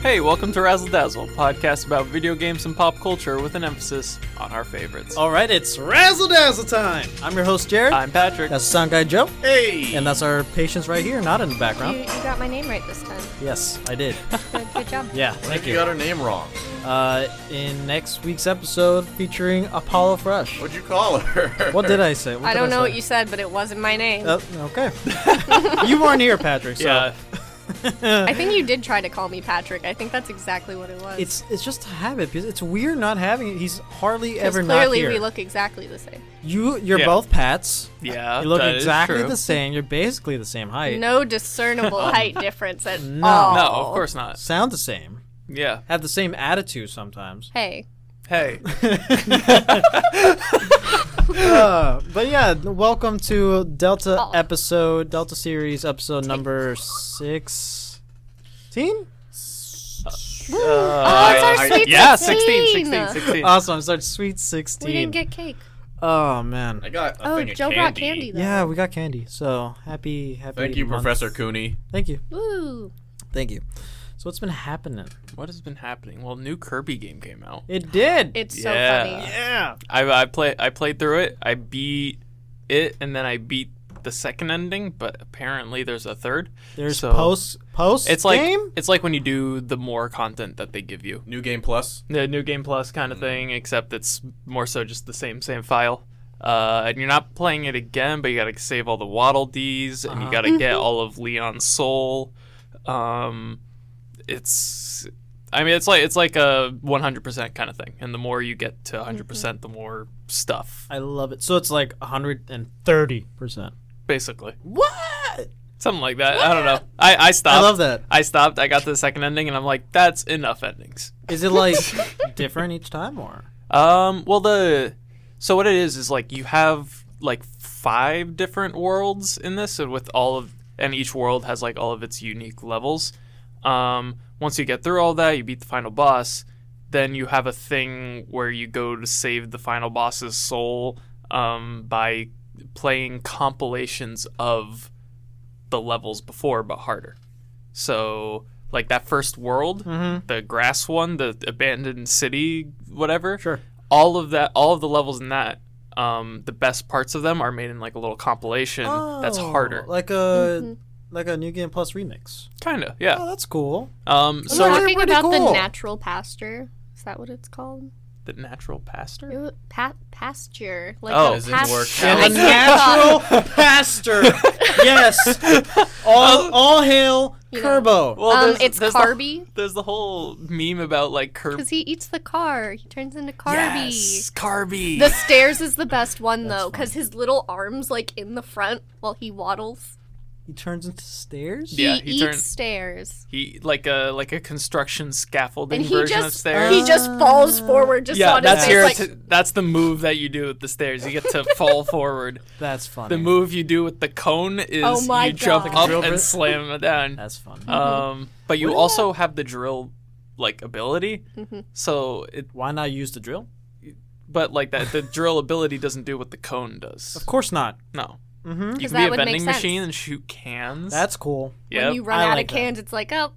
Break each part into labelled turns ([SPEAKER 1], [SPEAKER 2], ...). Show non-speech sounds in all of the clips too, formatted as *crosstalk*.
[SPEAKER 1] Hey, welcome to Razzle Dazzle, a podcast about video games and pop culture with an emphasis on our favorites.
[SPEAKER 2] All right, it's razzle dazzle time. I'm your host Jared.
[SPEAKER 1] I'm Patrick.
[SPEAKER 2] that's the sound guy Joe,
[SPEAKER 3] Hey!
[SPEAKER 2] and that's our patients right here, not in the
[SPEAKER 4] You,
[SPEAKER 2] background.
[SPEAKER 4] you got my name right this time.
[SPEAKER 2] Yes, I
[SPEAKER 4] *laughs*
[SPEAKER 2] did.
[SPEAKER 4] Good, good job.
[SPEAKER 2] Yeah, thank
[SPEAKER 3] you
[SPEAKER 2] you.
[SPEAKER 3] got her name wrong.
[SPEAKER 2] Uh, in next week's episode featuring Apollo Fresh.
[SPEAKER 3] What'd you call her?
[SPEAKER 2] What did I say? What
[SPEAKER 4] I
[SPEAKER 2] did
[SPEAKER 4] don't know
[SPEAKER 2] say?
[SPEAKER 1] *laughs*
[SPEAKER 4] what you said, but it wasn't my name.
[SPEAKER 2] Uh, okay.
[SPEAKER 4] *laughs*
[SPEAKER 2] *laughs* you weren't here, Patrick. So
[SPEAKER 1] Yeah,
[SPEAKER 4] I think you did try to call me Patrick. I think that's exactly what it was.
[SPEAKER 2] It's it's just a habit. because It's weird not having it. He's hardly
[SPEAKER 4] 'Cause
[SPEAKER 2] ever
[SPEAKER 4] clearly
[SPEAKER 2] not here.
[SPEAKER 4] we look exactly the same.
[SPEAKER 2] you you're
[SPEAKER 1] Yeah.
[SPEAKER 2] both Pats.
[SPEAKER 1] yeah.
[SPEAKER 2] You look
[SPEAKER 1] that is
[SPEAKER 2] exactly
[SPEAKER 1] true.
[SPEAKER 2] the same. You're basically the same height.
[SPEAKER 4] No
[SPEAKER 1] *laughs*
[SPEAKER 4] discernible height difference at
[SPEAKER 2] No.
[SPEAKER 4] all.
[SPEAKER 1] No, of course not.
[SPEAKER 2] Sound the same.
[SPEAKER 1] Yeah.
[SPEAKER 2] Have the same attitude sometimes.
[SPEAKER 4] Hey,
[SPEAKER 2] *laughs*
[SPEAKER 1] Hey.
[SPEAKER 2] Uh, but yeah, welcome to Delta
[SPEAKER 4] Oh.
[SPEAKER 2] episode, Delta series episode number sixteen.
[SPEAKER 4] oh, it's our
[SPEAKER 1] Uh,
[SPEAKER 4] sweet
[SPEAKER 1] yeah, 16,
[SPEAKER 4] 16.
[SPEAKER 1] 16, 16.
[SPEAKER 2] Awesome! It's our sweet
[SPEAKER 4] we
[SPEAKER 2] sixteen.
[SPEAKER 4] didn't get cake.
[SPEAKER 2] oh man.
[SPEAKER 3] I got a
[SPEAKER 4] oh,
[SPEAKER 3] thing of
[SPEAKER 4] Joe
[SPEAKER 3] candy.
[SPEAKER 4] brought candy though.
[SPEAKER 2] Yeah, we got candy. So happy, happy.
[SPEAKER 3] Thank you,
[SPEAKER 2] month.
[SPEAKER 3] Professor Cooney.
[SPEAKER 2] Thank you,
[SPEAKER 4] Ooh,
[SPEAKER 2] thank you. So what's been happening?
[SPEAKER 1] what has been happening? Well, new Kirby game came out.
[SPEAKER 2] It did.
[SPEAKER 4] it's
[SPEAKER 1] Yeah.
[SPEAKER 4] so funny.
[SPEAKER 2] yeah.
[SPEAKER 1] I I play I played through it. I beat it, and then I beat the second ending. But apparently, there's a third.
[SPEAKER 2] There's
[SPEAKER 1] So-
[SPEAKER 2] post post
[SPEAKER 1] It's like
[SPEAKER 2] game.
[SPEAKER 1] it's like when you do the more content that they give you,
[SPEAKER 3] New Game Plus.
[SPEAKER 1] the new game plus kind of thing, except it's more so just the same same file. Uh, and you're not playing it again, but you gotta save all the Waddle Dees, and you gotta
[SPEAKER 2] Mm-hmm.
[SPEAKER 1] get all of Leon's soul. Um, it's, I mean, it's like it's like a 100% kind of thing, and the more you get to 100%,
[SPEAKER 2] Mm-hmm.
[SPEAKER 1] the more stuff,
[SPEAKER 2] I love it. So it's like 130 percent.
[SPEAKER 1] basically.
[SPEAKER 2] What?
[SPEAKER 1] something like that. I don't know. I I stopped.
[SPEAKER 2] I love that.
[SPEAKER 1] I stopped. I got to the second ending, and I'm like, that's enough endings.
[SPEAKER 2] Is it like different each time or?
[SPEAKER 1] Um. Well, the so what it is is like you have like five different worlds in this, and with all of and each world has like all of its unique levels. Um. Once you get through all that, you beat the final boss. Then you have a thing where you go to save the final boss's soul um, by playing compilations of the levels before, but harder. So, like that first world,
[SPEAKER 2] Mm-hmm.
[SPEAKER 1] the grass one, the abandoned city, whatever.
[SPEAKER 2] Sure.
[SPEAKER 1] All of that, all of the levels in that, um, the best parts of them are made in like a little compilation that's
[SPEAKER 2] Oh,
[SPEAKER 1] harder.
[SPEAKER 2] Like a
[SPEAKER 4] Mm-hmm.
[SPEAKER 2] like a new game plus remix.
[SPEAKER 1] Kinda,
[SPEAKER 2] Oh,
[SPEAKER 1] yeah.
[SPEAKER 2] that's cool.
[SPEAKER 1] Um,
[SPEAKER 4] I'm
[SPEAKER 1] so
[SPEAKER 2] Well,
[SPEAKER 4] talking
[SPEAKER 2] pretty
[SPEAKER 4] about
[SPEAKER 2] cool.
[SPEAKER 4] the natural pasture. Is that what it's called?
[SPEAKER 1] the natural pastor.
[SPEAKER 4] It, pa- pasture. Like
[SPEAKER 1] Oh.
[SPEAKER 4] a
[SPEAKER 1] As
[SPEAKER 3] in
[SPEAKER 4] pas-
[SPEAKER 3] workout.
[SPEAKER 4] I
[SPEAKER 2] a
[SPEAKER 3] Like,
[SPEAKER 4] can't *laughs*
[SPEAKER 2] natural pastor. yes.
[SPEAKER 4] Oh.
[SPEAKER 2] All all hail Kerbo.
[SPEAKER 1] Well,
[SPEAKER 4] talk. Um,
[SPEAKER 1] there's-
[SPEAKER 4] it's
[SPEAKER 1] there's The,
[SPEAKER 4] Carby.
[SPEAKER 1] there's the whole meme about like Kirby.
[SPEAKER 4] Because he eats the car. He turns into Carby.
[SPEAKER 1] Yes, Carby.
[SPEAKER 4] The stairs is the best one
[SPEAKER 2] That's
[SPEAKER 4] though, because his little arms like in the front while he waddles.
[SPEAKER 2] he turns into stairs.
[SPEAKER 1] Yeah.
[SPEAKER 4] he,
[SPEAKER 1] he
[SPEAKER 4] eats
[SPEAKER 1] turn-
[SPEAKER 4] stairs,
[SPEAKER 1] he like a like a construction scaffolding
[SPEAKER 4] and he
[SPEAKER 1] version
[SPEAKER 4] just
[SPEAKER 1] of stairs.
[SPEAKER 4] he just falls forward just
[SPEAKER 1] yeah,
[SPEAKER 4] on his
[SPEAKER 1] that's
[SPEAKER 4] face.
[SPEAKER 1] your
[SPEAKER 4] like,
[SPEAKER 1] t- that's the move that you do with the stairs. You get
[SPEAKER 4] *laughs*
[SPEAKER 1] to fall forward.
[SPEAKER 2] That's funny.
[SPEAKER 1] The move you do with the cone is
[SPEAKER 4] Oh my
[SPEAKER 1] you jump
[SPEAKER 4] God.
[SPEAKER 1] up
[SPEAKER 2] Drill
[SPEAKER 1] and
[SPEAKER 2] bit.
[SPEAKER 1] slam it
[SPEAKER 2] *laughs*
[SPEAKER 1] down.
[SPEAKER 2] That's funny.
[SPEAKER 1] Um, but you also have the drill like ability.
[SPEAKER 4] Mm-hmm.
[SPEAKER 1] So it
[SPEAKER 2] Why not use the drill?
[SPEAKER 1] but like that the drill ability doesn't do what the cone does.
[SPEAKER 2] Of course not.
[SPEAKER 1] No.
[SPEAKER 2] Mm-hmm.
[SPEAKER 1] You
[SPEAKER 4] 'Cause
[SPEAKER 1] can be
[SPEAKER 4] that
[SPEAKER 1] a
[SPEAKER 4] would make
[SPEAKER 1] vending
[SPEAKER 4] sense.
[SPEAKER 1] machine and shoot cans.
[SPEAKER 2] That's cool.
[SPEAKER 1] yep.
[SPEAKER 4] when you run
[SPEAKER 2] I
[SPEAKER 4] out
[SPEAKER 2] like that.
[SPEAKER 4] of cans, it's like oh,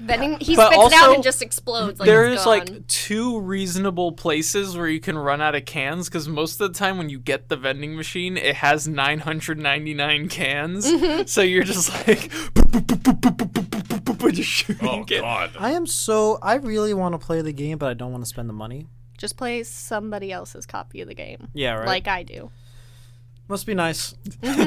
[SPEAKER 4] then he, he spits
[SPEAKER 1] But
[SPEAKER 4] it out
[SPEAKER 1] also,
[SPEAKER 4] and just explodes. Like
[SPEAKER 1] there
[SPEAKER 4] it's
[SPEAKER 1] is
[SPEAKER 4] gone.
[SPEAKER 1] like two reasonable places where you can run out of cans because most of the time when you get the vending machine it has 999 cans
[SPEAKER 4] Mm-hmm.
[SPEAKER 1] so you're just like just shooting
[SPEAKER 3] Oh,
[SPEAKER 1] it.
[SPEAKER 3] God.
[SPEAKER 2] I am so I really want to play the game, but I don't want to spend the money.
[SPEAKER 4] just play somebody else's copy of the game,
[SPEAKER 2] Yeah, right.
[SPEAKER 4] like I do.
[SPEAKER 2] Must be
[SPEAKER 4] *laughs*
[SPEAKER 2] nice.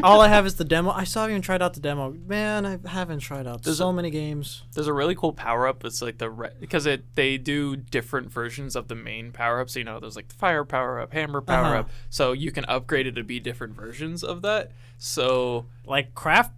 [SPEAKER 2] All I have is the demo. I still haven't even tried out the demo. Man, I haven't tried out so many games.
[SPEAKER 1] there's a really cool power up it's like the because it they do different versions of the main power up so you know there's like the fire power up hammer power
[SPEAKER 2] Uh-huh.
[SPEAKER 1] up so you can upgrade it to be different versions of that so
[SPEAKER 2] Like crafting?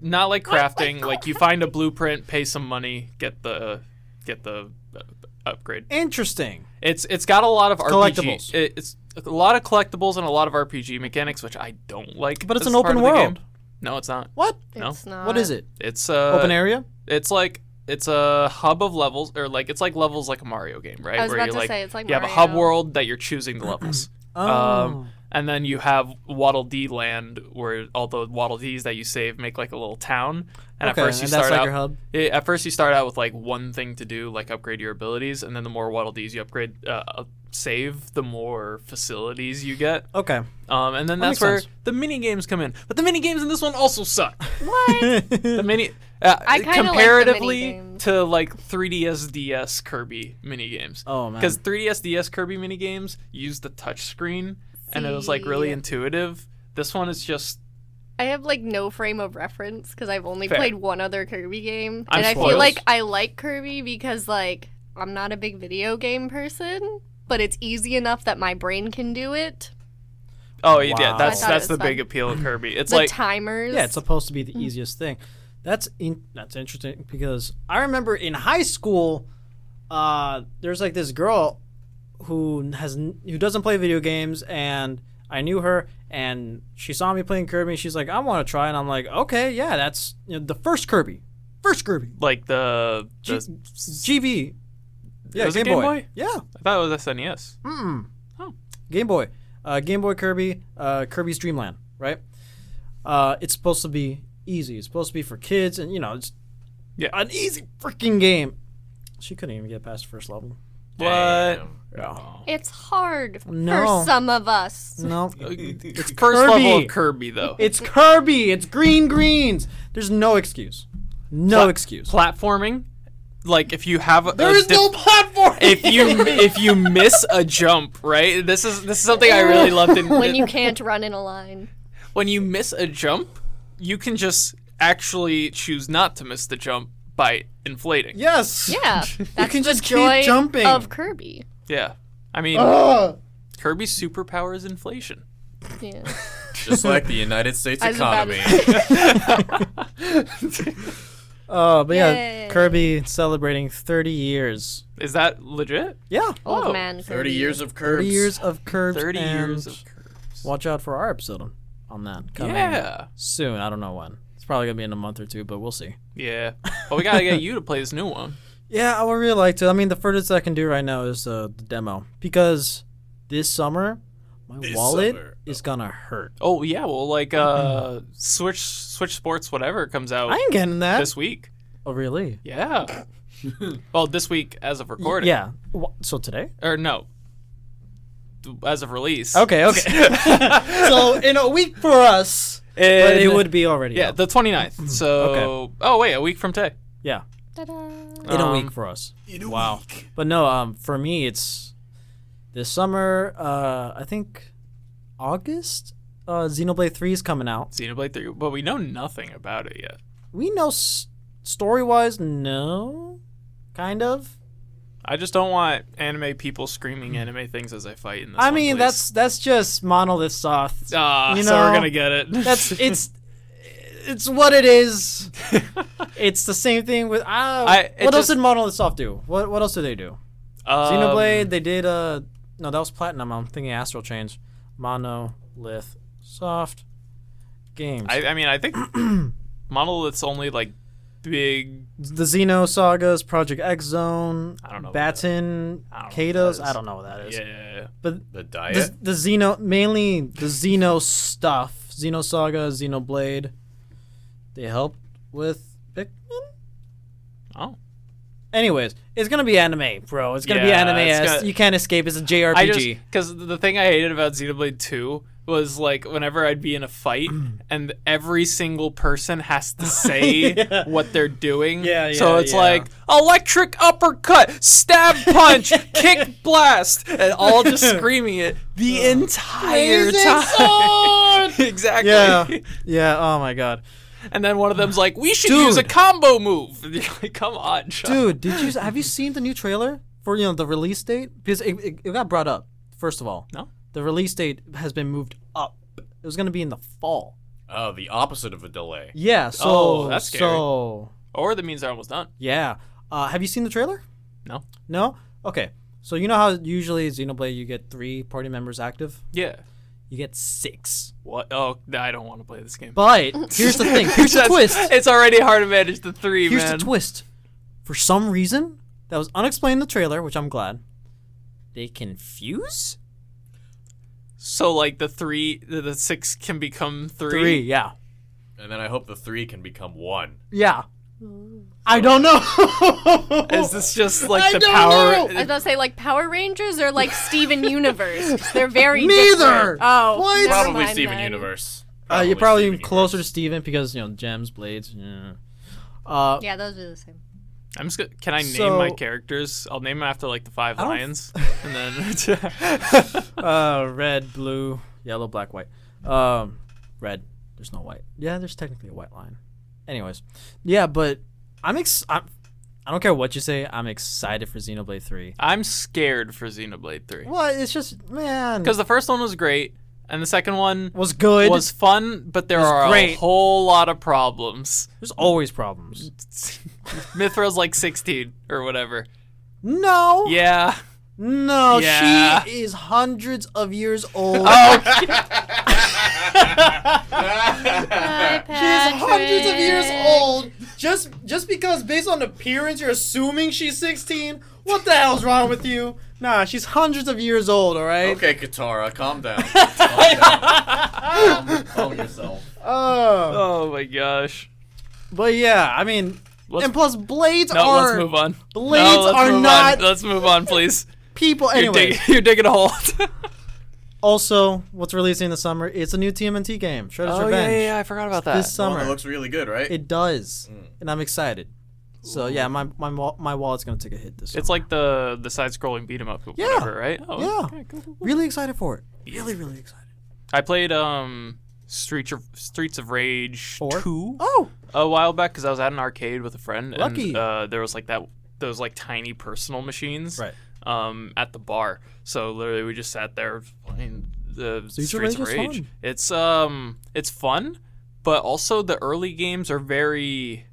[SPEAKER 1] not like crafting like you find a blueprint pay some money get the get the uh, upgrade
[SPEAKER 2] Interesting.
[SPEAKER 1] it's it's got a lot of
[SPEAKER 2] Collectibles.
[SPEAKER 1] RPG, it- it's a lot of collectibles and a lot of rpg mechanics which i don't like
[SPEAKER 2] But it's
[SPEAKER 1] as
[SPEAKER 2] an
[SPEAKER 1] part
[SPEAKER 2] open
[SPEAKER 1] of the game.
[SPEAKER 2] world.
[SPEAKER 1] no it's not
[SPEAKER 2] What?
[SPEAKER 1] No.
[SPEAKER 4] It's not.
[SPEAKER 2] What is it?
[SPEAKER 1] it's uh
[SPEAKER 2] Open area?
[SPEAKER 1] it's like it's a hub of levels or like it's like levels like a mario game right
[SPEAKER 4] I was
[SPEAKER 1] where
[SPEAKER 4] about
[SPEAKER 1] you
[SPEAKER 4] to
[SPEAKER 1] like
[SPEAKER 4] say, it's like
[SPEAKER 1] you have a hub
[SPEAKER 4] Mario.
[SPEAKER 2] *clears throat*
[SPEAKER 1] world that you're choosing the levels *clears throat*
[SPEAKER 2] Oh.
[SPEAKER 1] um And then you have Waddle Dee Land, where all the Waddle Dees that you save make like a little town. And at
[SPEAKER 2] Okay,
[SPEAKER 1] first you
[SPEAKER 2] and that's
[SPEAKER 1] start
[SPEAKER 2] like
[SPEAKER 1] out,
[SPEAKER 2] your hub?
[SPEAKER 1] Yeah, at first you start out with like one thing to do, like upgrade your abilities, and then the more Waddle Dees you upgrade, uh, up- save, the more facilities you get.
[SPEAKER 2] Okay.
[SPEAKER 1] *laughs* Um, and then
[SPEAKER 2] That
[SPEAKER 1] that's
[SPEAKER 2] makes
[SPEAKER 1] where
[SPEAKER 2] sense.
[SPEAKER 1] the mini games come in. But the mini games in this one also suck.
[SPEAKER 4] What?
[SPEAKER 1] The
[SPEAKER 2] *laughs*
[SPEAKER 1] mini, uh,
[SPEAKER 4] I kinda like the
[SPEAKER 1] comparatively
[SPEAKER 4] minigames.
[SPEAKER 1] to like 3ds DS Kirby mini games.
[SPEAKER 2] oh man.
[SPEAKER 1] Because 3ds DS Kirby mini games used the touch screen, and it was like really
[SPEAKER 4] See.
[SPEAKER 1] intuitive. This one is just
[SPEAKER 4] I have like no frame of reference because I've only
[SPEAKER 1] Fair.
[SPEAKER 4] played one other Kirby game,
[SPEAKER 1] I'm
[SPEAKER 4] and I
[SPEAKER 1] spoiled.
[SPEAKER 4] feel like I like Kirby because like I'm not a big video game person, but it's easy enough that my brain can do it.
[SPEAKER 1] oh yeah,
[SPEAKER 2] Wow.
[SPEAKER 1] that's
[SPEAKER 4] I thought it
[SPEAKER 1] that's the
[SPEAKER 4] was
[SPEAKER 1] big
[SPEAKER 4] fun.
[SPEAKER 1] appeal
[SPEAKER 2] *laughs*
[SPEAKER 1] of Kirby. It's
[SPEAKER 4] The
[SPEAKER 1] like
[SPEAKER 4] timers,
[SPEAKER 2] Yeah, it's supposed to be the easiest thing. That's in, that's interesting because I remember in high school, uh, there's like this girl who has n- who doesn't play video games, and I knew her, and she saw me playing Kirby, and she's like, "I want to try," and I'm like, "Okay, yeah, that's you know, the first Kirby, first Kirby,
[SPEAKER 1] like the, the
[SPEAKER 2] G- GB." Yeah,
[SPEAKER 1] Was it Game Boy?
[SPEAKER 2] Yeah,
[SPEAKER 1] I thought it was E SNES.
[SPEAKER 2] Mm.
[SPEAKER 1] Oh.
[SPEAKER 2] Game Boy. Uh, Game Boy Kirby, uh, Kirby's Dream Land, right? Uh, it's supposed to be easy. It's supposed to be for kids, and you know, it's
[SPEAKER 1] Yeah.
[SPEAKER 2] an easy freaking game. She couldn't even get past the first level.
[SPEAKER 1] What?
[SPEAKER 2] Yeah.
[SPEAKER 4] It's hard
[SPEAKER 2] No.
[SPEAKER 4] for some of us.
[SPEAKER 2] No.
[SPEAKER 1] *laughs* It's first
[SPEAKER 2] Kirby.
[SPEAKER 1] level of Kirby though.
[SPEAKER 2] it's Kirby. It's green greens. There's no excuse. No
[SPEAKER 1] Pla-
[SPEAKER 2] excuse.
[SPEAKER 1] platforming. Like if you have a,
[SPEAKER 2] there
[SPEAKER 1] a
[SPEAKER 2] is
[SPEAKER 1] diff-
[SPEAKER 2] no platform.
[SPEAKER 1] if you if you miss a jump, right? This is this is something I really
[SPEAKER 4] *laughs*
[SPEAKER 1] loved in
[SPEAKER 4] When
[SPEAKER 2] *laughs*
[SPEAKER 4] you can't run in a line,
[SPEAKER 1] when you miss a jump, you can just actually choose not to miss the jump by inflating.
[SPEAKER 2] *laughs* yes.
[SPEAKER 4] yeah,
[SPEAKER 2] you
[SPEAKER 4] that's
[SPEAKER 2] can just
[SPEAKER 4] joy
[SPEAKER 2] keep jumping.
[SPEAKER 4] of Kirby.
[SPEAKER 1] Yeah. I mean,
[SPEAKER 2] Uh.
[SPEAKER 1] Kirby's superpower is inflation.
[SPEAKER 4] Yeah.
[SPEAKER 3] Just like the United
[SPEAKER 4] *laughs*
[SPEAKER 3] States
[SPEAKER 4] I was about to
[SPEAKER 3] economy.
[SPEAKER 2] Uh, but yeah,
[SPEAKER 4] Yay.
[SPEAKER 2] Kirby celebrating 30 years.
[SPEAKER 1] Is that legit?
[SPEAKER 2] Yeah.
[SPEAKER 4] Old
[SPEAKER 1] Oh,
[SPEAKER 4] man, Kirby.
[SPEAKER 3] 30 years of curbs.
[SPEAKER 2] 30 years of Kirby.
[SPEAKER 1] 30 years
[SPEAKER 2] and-
[SPEAKER 1] of curves.
[SPEAKER 2] Watch out for our episode on, on that coming
[SPEAKER 1] Yeah.
[SPEAKER 2] soon. I don't know when. It's probably gonna be in a month or two, but we'll see.
[SPEAKER 1] Yeah. Well, we got to get you to play this new one.
[SPEAKER 2] Yeah, I would really like to. I mean, the furthest I can do right now is uh, the demo because this summer my
[SPEAKER 3] This
[SPEAKER 2] wallet
[SPEAKER 3] summer.
[SPEAKER 2] is gonna hurt.
[SPEAKER 1] Oh, yeah. Well, like uh Switch Switch Sports whatever comes out
[SPEAKER 2] I ain't getting that.
[SPEAKER 1] this week.
[SPEAKER 2] oh, really? *laughs*
[SPEAKER 1] Yeah. well, this week as of
[SPEAKER 2] Y-
[SPEAKER 1] recording.
[SPEAKER 2] Yeah. Wha- So today?
[SPEAKER 1] Or no. As of release.
[SPEAKER 2] Okay. Okay. *laughs* so in a week for us, but it
[SPEAKER 1] And-
[SPEAKER 2] would be already.
[SPEAKER 1] Yeah,
[SPEAKER 2] out.
[SPEAKER 1] the
[SPEAKER 2] Mm-hmm.
[SPEAKER 1] 29th. So, oh wait, a week from today.
[SPEAKER 2] Yeah.
[SPEAKER 4] Ta-da.
[SPEAKER 2] In a
[SPEAKER 1] Um,
[SPEAKER 2] week for us. wow. But no, um, for me, it's this summer. Uh, I think August. Uh, Xenoblade Three is coming out.
[SPEAKER 1] Xenoblade 3, but we know nothing about it yet.
[SPEAKER 2] We know s- story wise, no, kind of.
[SPEAKER 1] I just don't want anime people screaming anime things as I fight in this.
[SPEAKER 2] Mm-hmm. I
[SPEAKER 1] one,
[SPEAKER 2] mean,
[SPEAKER 1] please.
[SPEAKER 2] that's that's just monolith soft.
[SPEAKER 1] ah,
[SPEAKER 2] you
[SPEAKER 1] so we're
[SPEAKER 2] know,
[SPEAKER 1] gonna get it.
[SPEAKER 2] That's
[SPEAKER 1] *laughs*
[SPEAKER 2] it's. It's what it is.
[SPEAKER 1] Um,
[SPEAKER 2] it's the same thing with. Uh,
[SPEAKER 1] I-
[SPEAKER 2] I,
[SPEAKER 1] it
[SPEAKER 2] what else
[SPEAKER 1] just-
[SPEAKER 2] did Monolith Soft do? What What else do they do?
[SPEAKER 1] Um,
[SPEAKER 2] Xenoblade. They did. Uh, no, that was Platinum. I'm thinking Astral Change. Monolith Soft games.
[SPEAKER 1] I, I mean, I
[SPEAKER 2] *clears throat*
[SPEAKER 1] think Monolith's only like big.
[SPEAKER 2] the Xeno Sagas, Project X Zone,
[SPEAKER 1] I don't know what that-
[SPEAKER 2] Baton,
[SPEAKER 1] I don't know what
[SPEAKER 2] Kados.
[SPEAKER 1] that is.
[SPEAKER 2] I don't know what that is.
[SPEAKER 1] Yeah.
[SPEAKER 2] But
[SPEAKER 3] The
[SPEAKER 2] the,
[SPEAKER 3] diet.
[SPEAKER 2] the Xeno, mainly the Xeno stuff, Xeno Saga, Xeno Blade, they helped with Pikmin.
[SPEAKER 1] Oh.
[SPEAKER 2] Anyways, it's gonna be anime, bro. It's gonna be
[SPEAKER 1] Yeah,
[SPEAKER 2] anime.
[SPEAKER 1] it's
[SPEAKER 2] esque
[SPEAKER 1] gonna-
[SPEAKER 2] You can't escape. It's a JRPG.
[SPEAKER 1] I just because the thing I hated about Xenoblade Two was like whenever I'd be in a fight and every single person has to say
[SPEAKER 2] Yeah.
[SPEAKER 1] what they're doing.
[SPEAKER 2] Yeah,
[SPEAKER 1] So
[SPEAKER 2] yeah,
[SPEAKER 1] it's
[SPEAKER 2] yeah.
[SPEAKER 1] like electric uppercut, stab punch, kick blast, and all just screaming it the entire
[SPEAKER 2] Blazing
[SPEAKER 1] time. *laughs* exactly.
[SPEAKER 2] yeah, yeah. Oh my god,
[SPEAKER 1] And then one of them's like, "We should use a
[SPEAKER 2] Dude.
[SPEAKER 1] combo move." And you're like, "Come on, Sean."
[SPEAKER 2] dude. Did you have you seen the new trailer for you know the release date? Because it, it, it got brought up. First of all,
[SPEAKER 1] No.
[SPEAKER 2] the release date has been moved up. It was gonna be in the fall.
[SPEAKER 3] oh, the opposite of a delay.
[SPEAKER 2] Yeah. So
[SPEAKER 1] Oh, that's scary.
[SPEAKER 2] so
[SPEAKER 1] Or that means they're almost done.
[SPEAKER 2] Yeah. Uh, have you seen the trailer?
[SPEAKER 1] No.
[SPEAKER 2] No? Okay. So you know how usually Xenoblade you get three party members active?
[SPEAKER 1] Yeah.
[SPEAKER 2] You get six.
[SPEAKER 1] What? Oh, I don't want to play this game.
[SPEAKER 2] But here's the thing. Here's the
[SPEAKER 1] That's-
[SPEAKER 2] *laughs* twist.
[SPEAKER 1] It's already hard to manage the three,
[SPEAKER 2] Here's
[SPEAKER 1] man.
[SPEAKER 2] the twist. For some reason, that was unexplained in the trailer, which I'm glad. They confuse?
[SPEAKER 1] So like the three, the the six can become three.
[SPEAKER 2] Three, yeah.
[SPEAKER 3] And then I hope the three can become one.
[SPEAKER 2] Yeah. I don't *laughs* know.
[SPEAKER 1] Is this just like
[SPEAKER 2] Oh, I
[SPEAKER 1] the
[SPEAKER 2] don't
[SPEAKER 1] power?
[SPEAKER 4] I was about to say like Power Rangers or
[SPEAKER 2] *laughs*
[SPEAKER 4] like Steven Universe. 'cause They're very
[SPEAKER 2] Neither.
[SPEAKER 4] different. Oh,
[SPEAKER 2] What?
[SPEAKER 4] never
[SPEAKER 3] Probably
[SPEAKER 4] mind
[SPEAKER 3] Steven
[SPEAKER 4] then.
[SPEAKER 3] Universe.
[SPEAKER 2] Uh, you're probably
[SPEAKER 3] Steven
[SPEAKER 2] closer to
[SPEAKER 3] Universe.
[SPEAKER 2] Steven because you know gems, blades. Yeah. Uh,
[SPEAKER 4] Yeah, those are the same.
[SPEAKER 1] I'm just. Gonna, can I name
[SPEAKER 2] So-
[SPEAKER 1] my characters? I'll name them after like the five
[SPEAKER 2] don't- *laughs*
[SPEAKER 1] lions, and then. *laughs*
[SPEAKER 2] uh, red, blue, yellow, black, white. Um, red. There's no white. Yeah, there's technically a white line. Anyways, yeah, but I'm ex. I'm, I don't care what you say. I'm excited for Xenoblade Three.
[SPEAKER 1] I'm scared for Xenoblade Three
[SPEAKER 2] Well, it's just man
[SPEAKER 1] because the first one was great, and the second one
[SPEAKER 2] was good.
[SPEAKER 1] was fun, but there
[SPEAKER 2] was
[SPEAKER 1] are a
[SPEAKER 2] great.
[SPEAKER 1] whole lot of problems. *laughs*
[SPEAKER 2] There's always problems.
[SPEAKER 1] Mithra's like 16 or whatever.
[SPEAKER 2] No.
[SPEAKER 1] Yeah.
[SPEAKER 2] No.
[SPEAKER 1] Yeah.
[SPEAKER 2] She is hundreds of *laughs* years old. She is hundreds of years old. Just just because based on appearance you're assuming she's 16, what the hell's wrong with you? Nah, she's hundreds of years old, all right?
[SPEAKER 3] Okay, Katara,
[SPEAKER 2] *laughs*
[SPEAKER 3] calm down. calm down. Calm, calm yourself.
[SPEAKER 2] Uh,
[SPEAKER 1] Oh my gosh.
[SPEAKER 2] but yeah, I mean,
[SPEAKER 1] Let's-
[SPEAKER 2] and plus blades
[SPEAKER 1] No,
[SPEAKER 2] are
[SPEAKER 1] Oh, let's move on.
[SPEAKER 2] blades
[SPEAKER 1] No, let's
[SPEAKER 2] are
[SPEAKER 1] move on.
[SPEAKER 2] not
[SPEAKER 1] Let's move on,
[SPEAKER 2] *laughs*
[SPEAKER 1] please.
[SPEAKER 2] people
[SPEAKER 1] You're,
[SPEAKER 2] anyway.
[SPEAKER 1] dig- *laughs* you're digging a hole.
[SPEAKER 2] Also, what's releasing this summer? It's a new TMNT game,
[SPEAKER 1] Oh,
[SPEAKER 2] Shredder's Revenge.
[SPEAKER 1] I forgot about
[SPEAKER 2] This
[SPEAKER 3] Well,
[SPEAKER 2] summer.
[SPEAKER 3] Oh, it looks really good, right?
[SPEAKER 2] it does.
[SPEAKER 1] Mm.
[SPEAKER 2] And I'm excited. So yeah, my my wall, my wallet's going to take a hit this
[SPEAKER 1] It's like the the side scrolling beat 'em up, or
[SPEAKER 2] Yeah.
[SPEAKER 1] whatever, right? Oh,
[SPEAKER 2] Yeah.
[SPEAKER 1] okay, cool, cool, cool.
[SPEAKER 2] Really excited for it. Really really excited.
[SPEAKER 1] I played um Streets of Streets of Rage
[SPEAKER 2] Four?
[SPEAKER 1] two
[SPEAKER 2] Oh,
[SPEAKER 1] a while back because I was at an arcade with a friend,
[SPEAKER 2] Lucky.
[SPEAKER 1] and uh, there was like that those like tiny personal machines,
[SPEAKER 2] Right.
[SPEAKER 1] Um, at the bar, so literally we just sat there playing the
[SPEAKER 2] Streets of
[SPEAKER 1] Streets of
[SPEAKER 2] Rage is
[SPEAKER 1] Rage.
[SPEAKER 2] fun.
[SPEAKER 1] It's um, it's fun, but also the early games are very.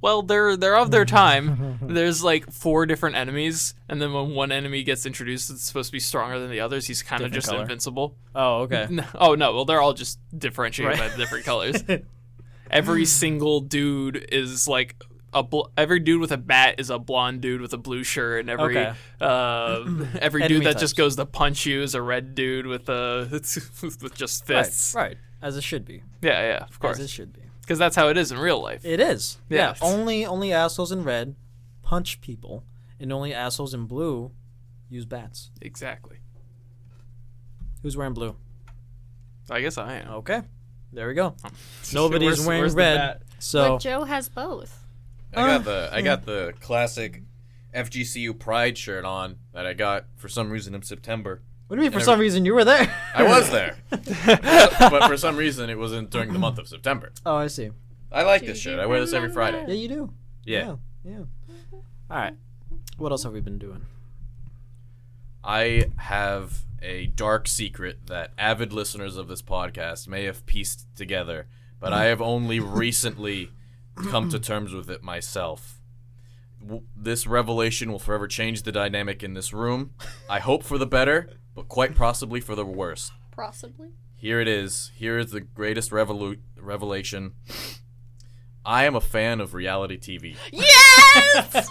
[SPEAKER 1] Well, they're they're of their
[SPEAKER 2] *laughs*
[SPEAKER 1] time. There's like four different enemies, and then when one enemy gets introduced, it's supposed to be stronger than the others. He's kind of
[SPEAKER 2] Different
[SPEAKER 1] just
[SPEAKER 2] color.
[SPEAKER 1] invincible.
[SPEAKER 2] Oh, okay.
[SPEAKER 1] *laughs* No, oh no, well they're all just differentiated
[SPEAKER 2] Right.
[SPEAKER 1] by different colors. every single dude is like a bl- every dude with a bat is a blonde dude with a blue shirt, and every
[SPEAKER 2] Okay.
[SPEAKER 1] uh, every dude
[SPEAKER 2] Enemy
[SPEAKER 1] that
[SPEAKER 2] types.
[SPEAKER 1] just goes to punch you is a red dude with a *laughs* with just
[SPEAKER 2] Right,
[SPEAKER 1] fists.
[SPEAKER 2] right. As it should be.
[SPEAKER 1] Yeah, yeah, of
[SPEAKER 2] As it
[SPEAKER 1] course,
[SPEAKER 2] should be.
[SPEAKER 1] because that's how it is in real life.
[SPEAKER 2] It is.
[SPEAKER 1] Yeah.
[SPEAKER 2] Yeah. Only only assholes in red punch people, and only assholes in blue use bats.
[SPEAKER 1] Exactly.
[SPEAKER 2] Who's wearing blue?
[SPEAKER 1] I guess I am.
[SPEAKER 2] Okay. There we go.
[SPEAKER 1] Where's-
[SPEAKER 2] Nobody's wearing
[SPEAKER 1] where's the
[SPEAKER 2] red.
[SPEAKER 1] bat?
[SPEAKER 2] So
[SPEAKER 4] But Joe has both.
[SPEAKER 3] I got the I got the classic FGCU Pride shirt on that I got for some reason in September.
[SPEAKER 2] what do you mean? For some reason, you were there. *laughs*
[SPEAKER 3] I was there, but for some reason it wasn't during the month of September.
[SPEAKER 2] oh, I see.
[SPEAKER 3] I like
[SPEAKER 4] Do
[SPEAKER 3] this
[SPEAKER 4] you
[SPEAKER 3] shirt. I wear this every
[SPEAKER 4] remember?
[SPEAKER 2] Yeah,
[SPEAKER 3] Friday.
[SPEAKER 2] you do.
[SPEAKER 3] Yeah.
[SPEAKER 2] Yeah. yeah.
[SPEAKER 1] Mm-hmm.
[SPEAKER 2] All right. What else have we been doing?
[SPEAKER 3] I have a dark secret that avid listeners of this podcast may have pieced together, but I have only recently come to terms with it myself. W- This revelation will forever change the dynamic in this room. I hope for the better, but quite possibly for the worse.
[SPEAKER 4] Possibly.
[SPEAKER 3] Here it is. Here is the greatest revolu- revelation. I am a fan of reality TV,
[SPEAKER 4] Yes!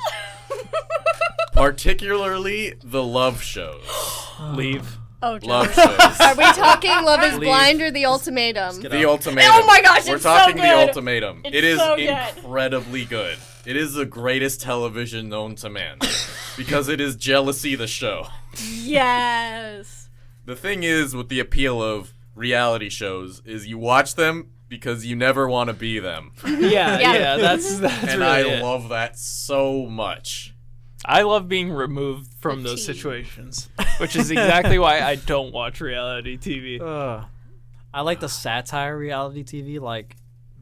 [SPEAKER 3] particularly the love shows.
[SPEAKER 1] Leave.
[SPEAKER 4] *laughs* oh, Joe.
[SPEAKER 3] Love shows.
[SPEAKER 4] Are we talking Love
[SPEAKER 3] *laughs*
[SPEAKER 4] is
[SPEAKER 1] Leave.
[SPEAKER 4] Blind or The Ultimatum?
[SPEAKER 3] The ultimatum.
[SPEAKER 4] Oh my gosh,
[SPEAKER 3] We're
[SPEAKER 4] it's so
[SPEAKER 3] talking the
[SPEAKER 4] good.
[SPEAKER 3] ultimatum.
[SPEAKER 4] It's
[SPEAKER 3] it is
[SPEAKER 4] so good.
[SPEAKER 3] incredibly good. It is the greatest television known
[SPEAKER 4] *laughs*
[SPEAKER 3] to man because it is jealousy the show.
[SPEAKER 4] Yes.
[SPEAKER 3] The thing is with the appeal of reality shows is you watch them because you never want to
[SPEAKER 4] *laughs*
[SPEAKER 3] be them.
[SPEAKER 1] Yeah,
[SPEAKER 4] Yeah.
[SPEAKER 1] yeah. That's that's
[SPEAKER 3] and
[SPEAKER 1] really
[SPEAKER 3] I
[SPEAKER 1] it.
[SPEAKER 3] love that so much.
[SPEAKER 1] I love being removed from those
[SPEAKER 4] tea. *laughs*
[SPEAKER 1] situations, which is exactly why I don't watch reality TV.
[SPEAKER 2] Uh, I like the satire reality TV, like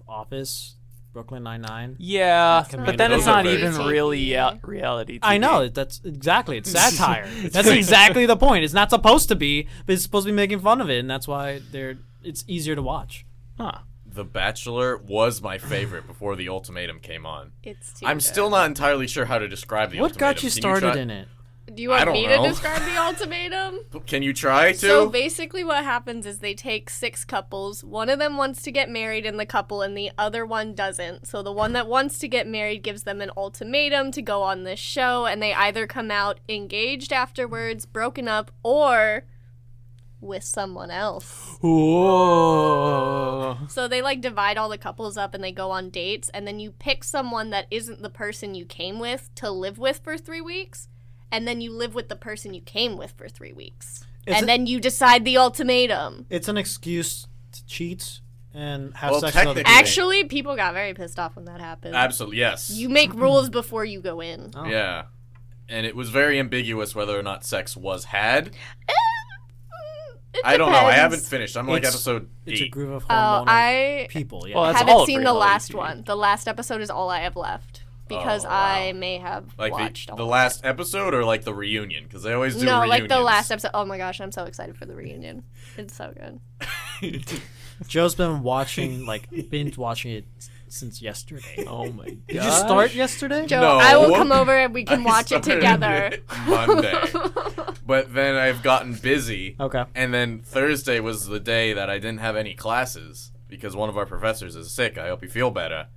[SPEAKER 2] Office, Brooklyn Nine Nine.
[SPEAKER 1] Yeah, but then
[SPEAKER 2] Those
[SPEAKER 1] it's
[SPEAKER 3] are
[SPEAKER 1] not
[SPEAKER 3] very
[SPEAKER 1] even
[SPEAKER 4] tasty.
[SPEAKER 1] really uh, reality. TV.
[SPEAKER 2] I know that's exactly it's satire. that's exactly the point. It's not supposed to be, but it's supposed to be making fun of it, and that's why they're it's easier to watch.
[SPEAKER 1] Huh.
[SPEAKER 3] The Bachelor was my favorite before the ultimatum came on.
[SPEAKER 4] It's too
[SPEAKER 3] I'm
[SPEAKER 4] good.
[SPEAKER 3] still not entirely sure how to describe the
[SPEAKER 2] what
[SPEAKER 3] ultimatum.
[SPEAKER 2] got you
[SPEAKER 3] Can
[SPEAKER 2] started
[SPEAKER 3] try-
[SPEAKER 2] in it?
[SPEAKER 4] Do you
[SPEAKER 3] I
[SPEAKER 4] want
[SPEAKER 3] don't
[SPEAKER 4] me
[SPEAKER 3] know.
[SPEAKER 4] to describe
[SPEAKER 3] *laughs*
[SPEAKER 4] The Ultimatum?
[SPEAKER 3] Can you try to?
[SPEAKER 4] So basically, what happens is they take six couples. One of them wants to get married in the couple, and the other one doesn't. So the one that wants to get married gives them an ultimatum to go on this show, and they either come out engaged afterwards, broken up, or with someone else.
[SPEAKER 1] Whoa.
[SPEAKER 4] So they like divide all the couples up and they go on dates, and then you pick someone that isn't the person you came with to live with for three weeks, and then you live with the person you came with for three weeks,
[SPEAKER 2] It's
[SPEAKER 4] and
[SPEAKER 2] a-
[SPEAKER 4] then you decide the ultimatum.
[SPEAKER 2] It's an excuse to cheat and have
[SPEAKER 3] Well,
[SPEAKER 2] sex with other
[SPEAKER 3] technically-
[SPEAKER 2] people.
[SPEAKER 4] Actually, people got very pissed off when that happened.
[SPEAKER 3] Absolutely, yes.
[SPEAKER 4] You make rules before you go in.
[SPEAKER 2] Oh.
[SPEAKER 3] Yeah. And it was very ambiguous whether or not sex was had.
[SPEAKER 4] It
[SPEAKER 3] I don't know. I haven't
[SPEAKER 4] depends.
[SPEAKER 3] finished. I'm like
[SPEAKER 2] It's-
[SPEAKER 3] episode
[SPEAKER 2] It's a
[SPEAKER 3] eight.
[SPEAKER 2] group of
[SPEAKER 4] Oh,
[SPEAKER 2] hormonal
[SPEAKER 4] I
[SPEAKER 2] people. Yeah.
[SPEAKER 1] Well, that's all
[SPEAKER 4] haven't
[SPEAKER 1] of
[SPEAKER 4] seen the
[SPEAKER 1] reality
[SPEAKER 4] last
[SPEAKER 1] TV.
[SPEAKER 4] one. The last episode is all I have left because
[SPEAKER 3] Oh, wow.
[SPEAKER 4] I may have
[SPEAKER 3] Like
[SPEAKER 4] watched
[SPEAKER 3] the,
[SPEAKER 4] all
[SPEAKER 3] the
[SPEAKER 4] of
[SPEAKER 3] last episode or like the reunion? Because they always
[SPEAKER 4] it.
[SPEAKER 3] do
[SPEAKER 4] No,
[SPEAKER 3] reunions.
[SPEAKER 4] like the last episode. Oh my gosh, I'm so excited for the reunion. It's so good.
[SPEAKER 2] Joe's been watching, like, binge watching it s- since yesterday.
[SPEAKER 1] Oh my god.
[SPEAKER 2] Did you start yesterday?
[SPEAKER 4] Joe,
[SPEAKER 3] No.
[SPEAKER 4] I will come over and we
[SPEAKER 3] *laughs* I
[SPEAKER 4] can watch it
[SPEAKER 3] started
[SPEAKER 4] together.
[SPEAKER 3] it
[SPEAKER 4] *laughs*
[SPEAKER 3] Monday. but then I've gotten busy.
[SPEAKER 2] Okay.
[SPEAKER 3] And then Thursday was the day that I didn't have any classes because one of our professors is sick. I hope you feel better.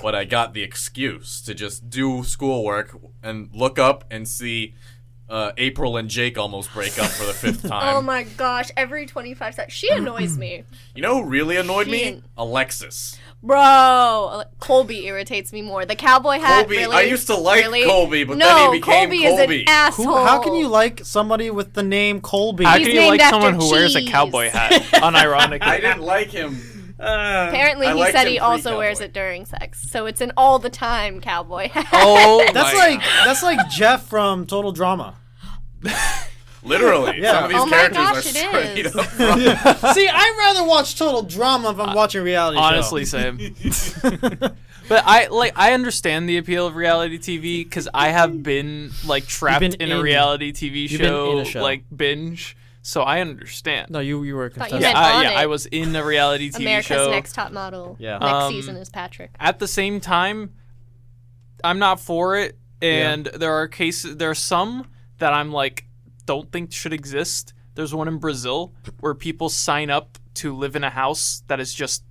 [SPEAKER 3] But I got the excuse to just do schoolwork and look up and see uh, April and Jake almost break up for the fifth
[SPEAKER 4] *laughs*
[SPEAKER 3] time.
[SPEAKER 4] Oh my gosh, every 25 seconds. She annoys me.
[SPEAKER 3] you know who really annoyed me?
[SPEAKER 4] Shit.
[SPEAKER 3] Alexis.
[SPEAKER 4] Bro, Colby irritates me more. The cowboy hat.
[SPEAKER 3] Colby,
[SPEAKER 4] really,
[SPEAKER 3] I used to like
[SPEAKER 4] really?
[SPEAKER 3] Colby, but
[SPEAKER 4] no,
[SPEAKER 3] then he became
[SPEAKER 4] Colby, is an asshole.
[SPEAKER 2] Who, how can you like somebody with the name Colby?
[SPEAKER 1] How
[SPEAKER 4] He's
[SPEAKER 1] can you
[SPEAKER 4] named
[SPEAKER 1] like
[SPEAKER 4] after
[SPEAKER 1] someone who wears a
[SPEAKER 4] cheese.
[SPEAKER 1] cowboy
[SPEAKER 4] *laughs*
[SPEAKER 1] hat? *laughs* Unironically.
[SPEAKER 3] *laughs* I didn't like him.
[SPEAKER 4] Apparently,
[SPEAKER 3] I
[SPEAKER 4] he
[SPEAKER 3] liked
[SPEAKER 4] said
[SPEAKER 3] him
[SPEAKER 4] he also
[SPEAKER 3] pre-cowboy.
[SPEAKER 4] wears it during sex, so it's an all the time cowboy hat.
[SPEAKER 1] Oh,
[SPEAKER 2] that's
[SPEAKER 1] my
[SPEAKER 2] like
[SPEAKER 1] God.
[SPEAKER 2] that's like Jeff from Total Drama.
[SPEAKER 3] Literally,
[SPEAKER 2] Yeah.
[SPEAKER 3] some of these
[SPEAKER 4] Oh my
[SPEAKER 3] characters
[SPEAKER 4] gosh, it
[SPEAKER 3] are straight
[SPEAKER 4] is.
[SPEAKER 3] up
[SPEAKER 2] *laughs*
[SPEAKER 3] wrong.
[SPEAKER 2] See, I'd rather watch Total Drama if I'm watching a reality. show.
[SPEAKER 1] honestly
[SPEAKER 2] *laughs*
[SPEAKER 1] same. But I like I understand the appeal of reality TV because I have been like trapped
[SPEAKER 2] been
[SPEAKER 1] in a
[SPEAKER 2] in-
[SPEAKER 1] reality TV
[SPEAKER 2] you've been in
[SPEAKER 1] show,
[SPEAKER 2] a show.
[SPEAKER 1] like binge, so I understand.
[SPEAKER 2] no, you you were a
[SPEAKER 4] Thought you
[SPEAKER 2] contestant.
[SPEAKER 4] meant-
[SPEAKER 1] I,
[SPEAKER 4] on
[SPEAKER 1] yeah,
[SPEAKER 4] it.
[SPEAKER 1] I was in a reality TV
[SPEAKER 4] America's
[SPEAKER 1] show.
[SPEAKER 4] Next Top Model.
[SPEAKER 2] Yeah.
[SPEAKER 4] Next
[SPEAKER 1] Um,
[SPEAKER 4] season is Patrick.
[SPEAKER 1] At the same time, I'm not for it, and there are cases. There are some that I'm like don't think should exist. There's one in Brazil where people sign up to live in a house that is just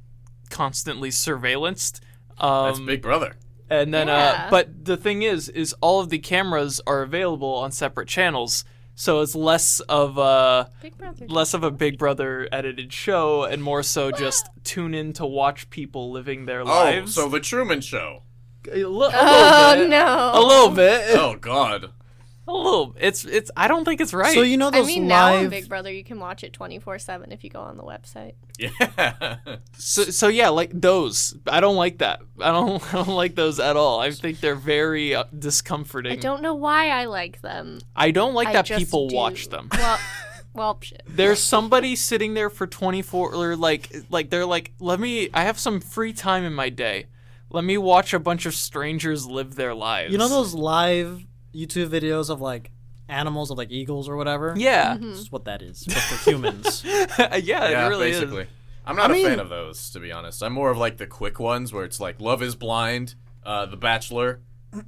[SPEAKER 1] constantly surveillanced. Um,
[SPEAKER 3] That's Big Brother.
[SPEAKER 1] And then,
[SPEAKER 4] Yeah.
[SPEAKER 1] uh, but the thing is, is all of the cameras are available on separate channels, so it's less of a
[SPEAKER 4] Big Brother.
[SPEAKER 1] less of a Big Brother edited show, and more so just tune in to watch people living their
[SPEAKER 3] *laughs* Oh,
[SPEAKER 1] lives.
[SPEAKER 3] so the Truman Show.
[SPEAKER 1] a li- a little
[SPEAKER 4] *laughs* Oh
[SPEAKER 1] bit,
[SPEAKER 4] no.
[SPEAKER 1] a little bit,
[SPEAKER 3] Oh God. *laughs*
[SPEAKER 1] a little. It's it's. I don't think it's right.
[SPEAKER 2] So you know
[SPEAKER 4] I
[SPEAKER 2] those
[SPEAKER 4] mean, now on
[SPEAKER 2] live.
[SPEAKER 4] Big Brother, you can watch it 24 7 if you go on the website.
[SPEAKER 3] Yeah.
[SPEAKER 1] so, so yeah, like those. I don't like that. I don't. *laughs* I don't like those at all. I think they're very uh, discomforting.
[SPEAKER 4] I don't know why I like them.
[SPEAKER 1] I don't like
[SPEAKER 4] I
[SPEAKER 1] that
[SPEAKER 4] just
[SPEAKER 1] people
[SPEAKER 4] do.
[SPEAKER 1] watch them.
[SPEAKER 4] Well, well, shit.
[SPEAKER 1] there's somebody sitting there for 24 or like like they're like let me i have some free time in my day let me watch a bunch of strangers live their lives
[SPEAKER 2] You know those live YouTube videos of like animals of like eagles or whatever.
[SPEAKER 1] yeah
[SPEAKER 4] Mm-hmm.
[SPEAKER 2] This is what that is. But for humans.
[SPEAKER 1] *laughs* yeah,
[SPEAKER 3] yeah,
[SPEAKER 1] it really
[SPEAKER 3] basically.
[SPEAKER 1] is
[SPEAKER 3] I'm not
[SPEAKER 2] I
[SPEAKER 3] a
[SPEAKER 2] mean-
[SPEAKER 3] fan of those, to be honest. I'm more of like the quick ones where it's like Love is Blind, uh, The Bachelor,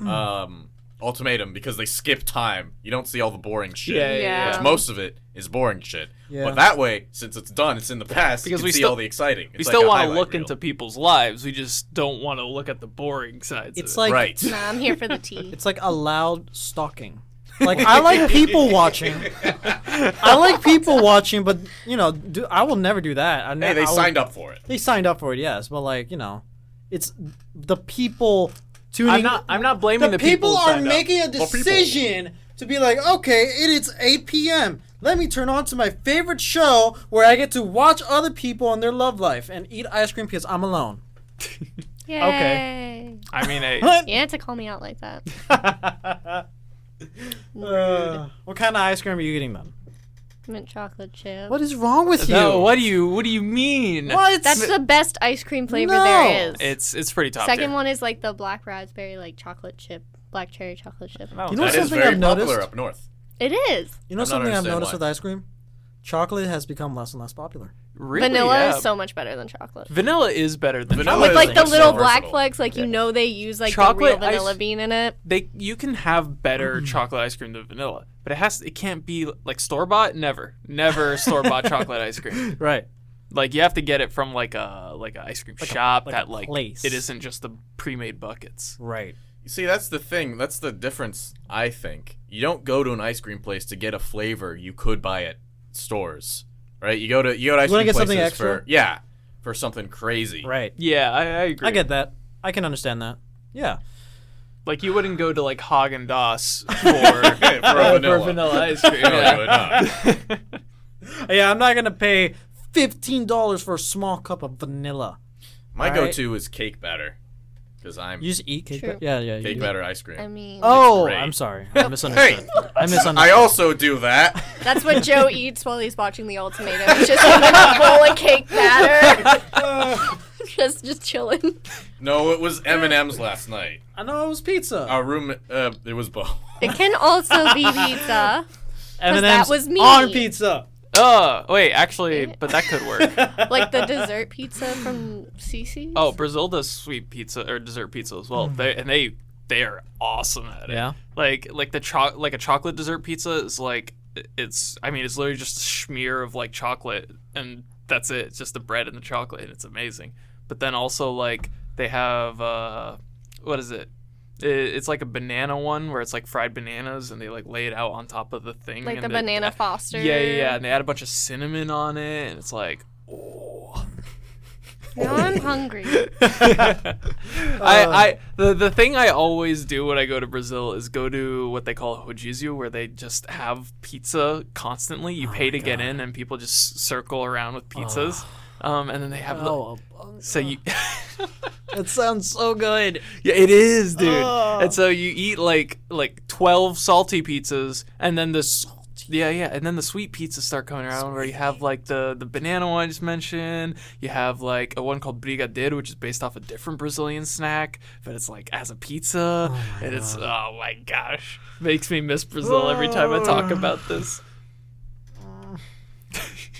[SPEAKER 3] um, Ultimatum, because they skip time. You don't see all the boring shit.
[SPEAKER 1] Yeah, yeah,
[SPEAKER 4] Yeah.
[SPEAKER 3] Which most of it is boring shit.
[SPEAKER 2] Yeah.
[SPEAKER 3] But that way, since it's done, it's in the past,
[SPEAKER 1] Because
[SPEAKER 3] you can
[SPEAKER 1] we
[SPEAKER 3] see
[SPEAKER 1] still-
[SPEAKER 3] all the exciting.
[SPEAKER 1] we
[SPEAKER 3] It's like
[SPEAKER 1] still
[SPEAKER 3] a
[SPEAKER 1] want to
[SPEAKER 3] highlight
[SPEAKER 1] look
[SPEAKER 3] reel.
[SPEAKER 1] into people's lives we just don't want to look at the boring sides
[SPEAKER 2] It's
[SPEAKER 1] of it.
[SPEAKER 2] like
[SPEAKER 3] Right.
[SPEAKER 4] Nah, I'm here for
[SPEAKER 1] *laughs*
[SPEAKER 4] the tea.
[SPEAKER 2] it's like allowed stalking. Like I like people watching. I like people watching, but you know, do, I will never do that. I, ne-
[SPEAKER 3] Hey, they
[SPEAKER 2] I will-
[SPEAKER 3] signed up for it.
[SPEAKER 2] They signed up for it, yes, but like you know, it's the people tuning.
[SPEAKER 1] i'm not i'm not blaming the,
[SPEAKER 2] the people,
[SPEAKER 1] who
[SPEAKER 2] are
[SPEAKER 1] signed up.
[SPEAKER 2] making a
[SPEAKER 3] people.
[SPEAKER 2] decision to be like, okay, it is 8 p.m. Let me turn on to my favorite show where I get to watch other people and their love life and eat ice cream because I'm alone.
[SPEAKER 4] Yay.
[SPEAKER 1] Okay. i mean
[SPEAKER 2] *laughs*
[SPEAKER 1] hey,
[SPEAKER 4] You had to call me out like that. *laughs*
[SPEAKER 2] Uh, what kind of ice cream are you eating then?
[SPEAKER 4] Mint chocolate chip.
[SPEAKER 2] What is wrong with
[SPEAKER 1] *laughs*
[SPEAKER 2] you?
[SPEAKER 1] no what do you what do you mean
[SPEAKER 2] What?
[SPEAKER 4] That's the best ice cream flavor
[SPEAKER 2] No.
[SPEAKER 4] there is.
[SPEAKER 1] it's it's pretty top
[SPEAKER 4] Second
[SPEAKER 1] tier.
[SPEAKER 4] one is like the black raspberry, like chocolate chip, black cherry chocolate chip.
[SPEAKER 1] Oh,
[SPEAKER 2] You know
[SPEAKER 3] That is
[SPEAKER 2] something
[SPEAKER 3] very
[SPEAKER 2] I've
[SPEAKER 3] popular
[SPEAKER 2] noticed?
[SPEAKER 3] up north.
[SPEAKER 4] It is.
[SPEAKER 2] you know
[SPEAKER 3] I'm not
[SPEAKER 2] something I've
[SPEAKER 3] understand
[SPEAKER 2] noticed
[SPEAKER 3] why.
[SPEAKER 2] with ice cream? Chocolate has become less and less popular.
[SPEAKER 1] really,
[SPEAKER 4] Vanilla
[SPEAKER 1] yeah.
[SPEAKER 4] is so much better than chocolate.
[SPEAKER 1] vanilla is better than
[SPEAKER 3] Vanilla
[SPEAKER 4] With
[SPEAKER 3] is
[SPEAKER 4] like the
[SPEAKER 3] much
[SPEAKER 4] little
[SPEAKER 3] more
[SPEAKER 4] black
[SPEAKER 3] versatile.
[SPEAKER 4] flakes, like you know they use like
[SPEAKER 1] Chocolate
[SPEAKER 4] the real vanilla
[SPEAKER 1] ice-
[SPEAKER 4] bean in it.
[SPEAKER 1] they you can have better
[SPEAKER 2] Mm.
[SPEAKER 1] chocolate ice cream than vanilla, but it has it can't be like store bought. Never,
[SPEAKER 2] *laughs*
[SPEAKER 1] never store bought chocolate ice cream.
[SPEAKER 2] Right.
[SPEAKER 1] Like you have to get it from like a like an ice cream shop
[SPEAKER 2] like a
[SPEAKER 1] that like
[SPEAKER 2] place.
[SPEAKER 1] it isn't just the pre made buckets.
[SPEAKER 2] Right.
[SPEAKER 3] You see, that's the thing. That's the difference, I think. You don't go to an ice cream place to get a flavor you could buy at stores, right? You go to you go to ice
[SPEAKER 2] You wanna
[SPEAKER 3] cream
[SPEAKER 2] get
[SPEAKER 3] places
[SPEAKER 2] something
[SPEAKER 3] for
[SPEAKER 2] extra?
[SPEAKER 3] yeah, for something crazy.
[SPEAKER 2] Right.
[SPEAKER 1] Yeah, I, I agree.
[SPEAKER 2] I get that. I can understand that. Yeah.
[SPEAKER 1] Like you wouldn't go to like Hagen Dazs
[SPEAKER 2] *laughs*
[SPEAKER 1] for,
[SPEAKER 3] *laughs* *laughs* for a vanilla.
[SPEAKER 1] for vanilla ice cream.
[SPEAKER 3] No,
[SPEAKER 1] yeah.
[SPEAKER 3] you would not.
[SPEAKER 2] Yeah, I'm not gonna pay fifteen dollars for a small cup of vanilla.
[SPEAKER 3] My
[SPEAKER 2] All right.
[SPEAKER 3] go-to is cake batter, because I'm
[SPEAKER 2] You just eat cake.
[SPEAKER 4] True.
[SPEAKER 2] ba- Yeah, yeah. you
[SPEAKER 3] cake
[SPEAKER 2] eat-
[SPEAKER 3] batter ice cream.
[SPEAKER 4] I mean,
[SPEAKER 2] Oh,
[SPEAKER 3] great.
[SPEAKER 2] I'm sorry. I *laughs* misunderstood. I misunderstood.
[SPEAKER 3] *laughs* I also do that.
[SPEAKER 4] that's what Joe eats while he's watching The Ultimatum. It's just a bowl of cake batter, *laughs* just just chilling.
[SPEAKER 3] No, it was M and M's last night.
[SPEAKER 2] I know it was pizza.
[SPEAKER 3] Our room, uh, it was both.
[SPEAKER 4] It can also be pizza.
[SPEAKER 2] M&M's
[SPEAKER 4] that was me.
[SPEAKER 2] on pizza.
[SPEAKER 1] *laughs* Oh wait, actually, but that could work.
[SPEAKER 2] *laughs*
[SPEAKER 4] like the dessert pizza from Cece.
[SPEAKER 1] Oh, Brazil does sweet pizza or dessert pizza as well. They and they they are awesome at it.
[SPEAKER 2] Hmm. Yeah.
[SPEAKER 1] Like like the cho- like a chocolate dessert pizza is like it's I mean it's literally just a smear of like chocolate and that's it. It's just the bread and the chocolate and it's amazing. But then also like they have uh what is it? I- It's like a banana one where it's like fried bananas and they like lay it out on top of the thing.
[SPEAKER 4] like the
[SPEAKER 1] and
[SPEAKER 4] banana
[SPEAKER 1] They,
[SPEAKER 4] Foster.
[SPEAKER 1] yeah, yeah, yeah, and they add a bunch of cinnamon on it, and it's like, oh.
[SPEAKER 4] Now I'm hungry.
[SPEAKER 1] I, I the, the thing I always do when I go to Brazil is go to what they call rodízio, where they just have pizza constantly. You pay to get in, and people just circle around with pizzas, um, and then they have. the
[SPEAKER 2] Oh,
[SPEAKER 1] So you,
[SPEAKER 2] that sounds so good.
[SPEAKER 1] yeah, it is, dude.
[SPEAKER 2] Oh.
[SPEAKER 1] And so you eat like like twelve salty pizzas, and then this. Yeah, yeah, and then the sweet pizzas start coming around where you have like the the banana one I just mentioned. You have like a one called brigadeiro, which is based off a different Brazilian snack, but it's like as a pizza, and it's oh my gosh, makes me miss Brazil every time I talk about this.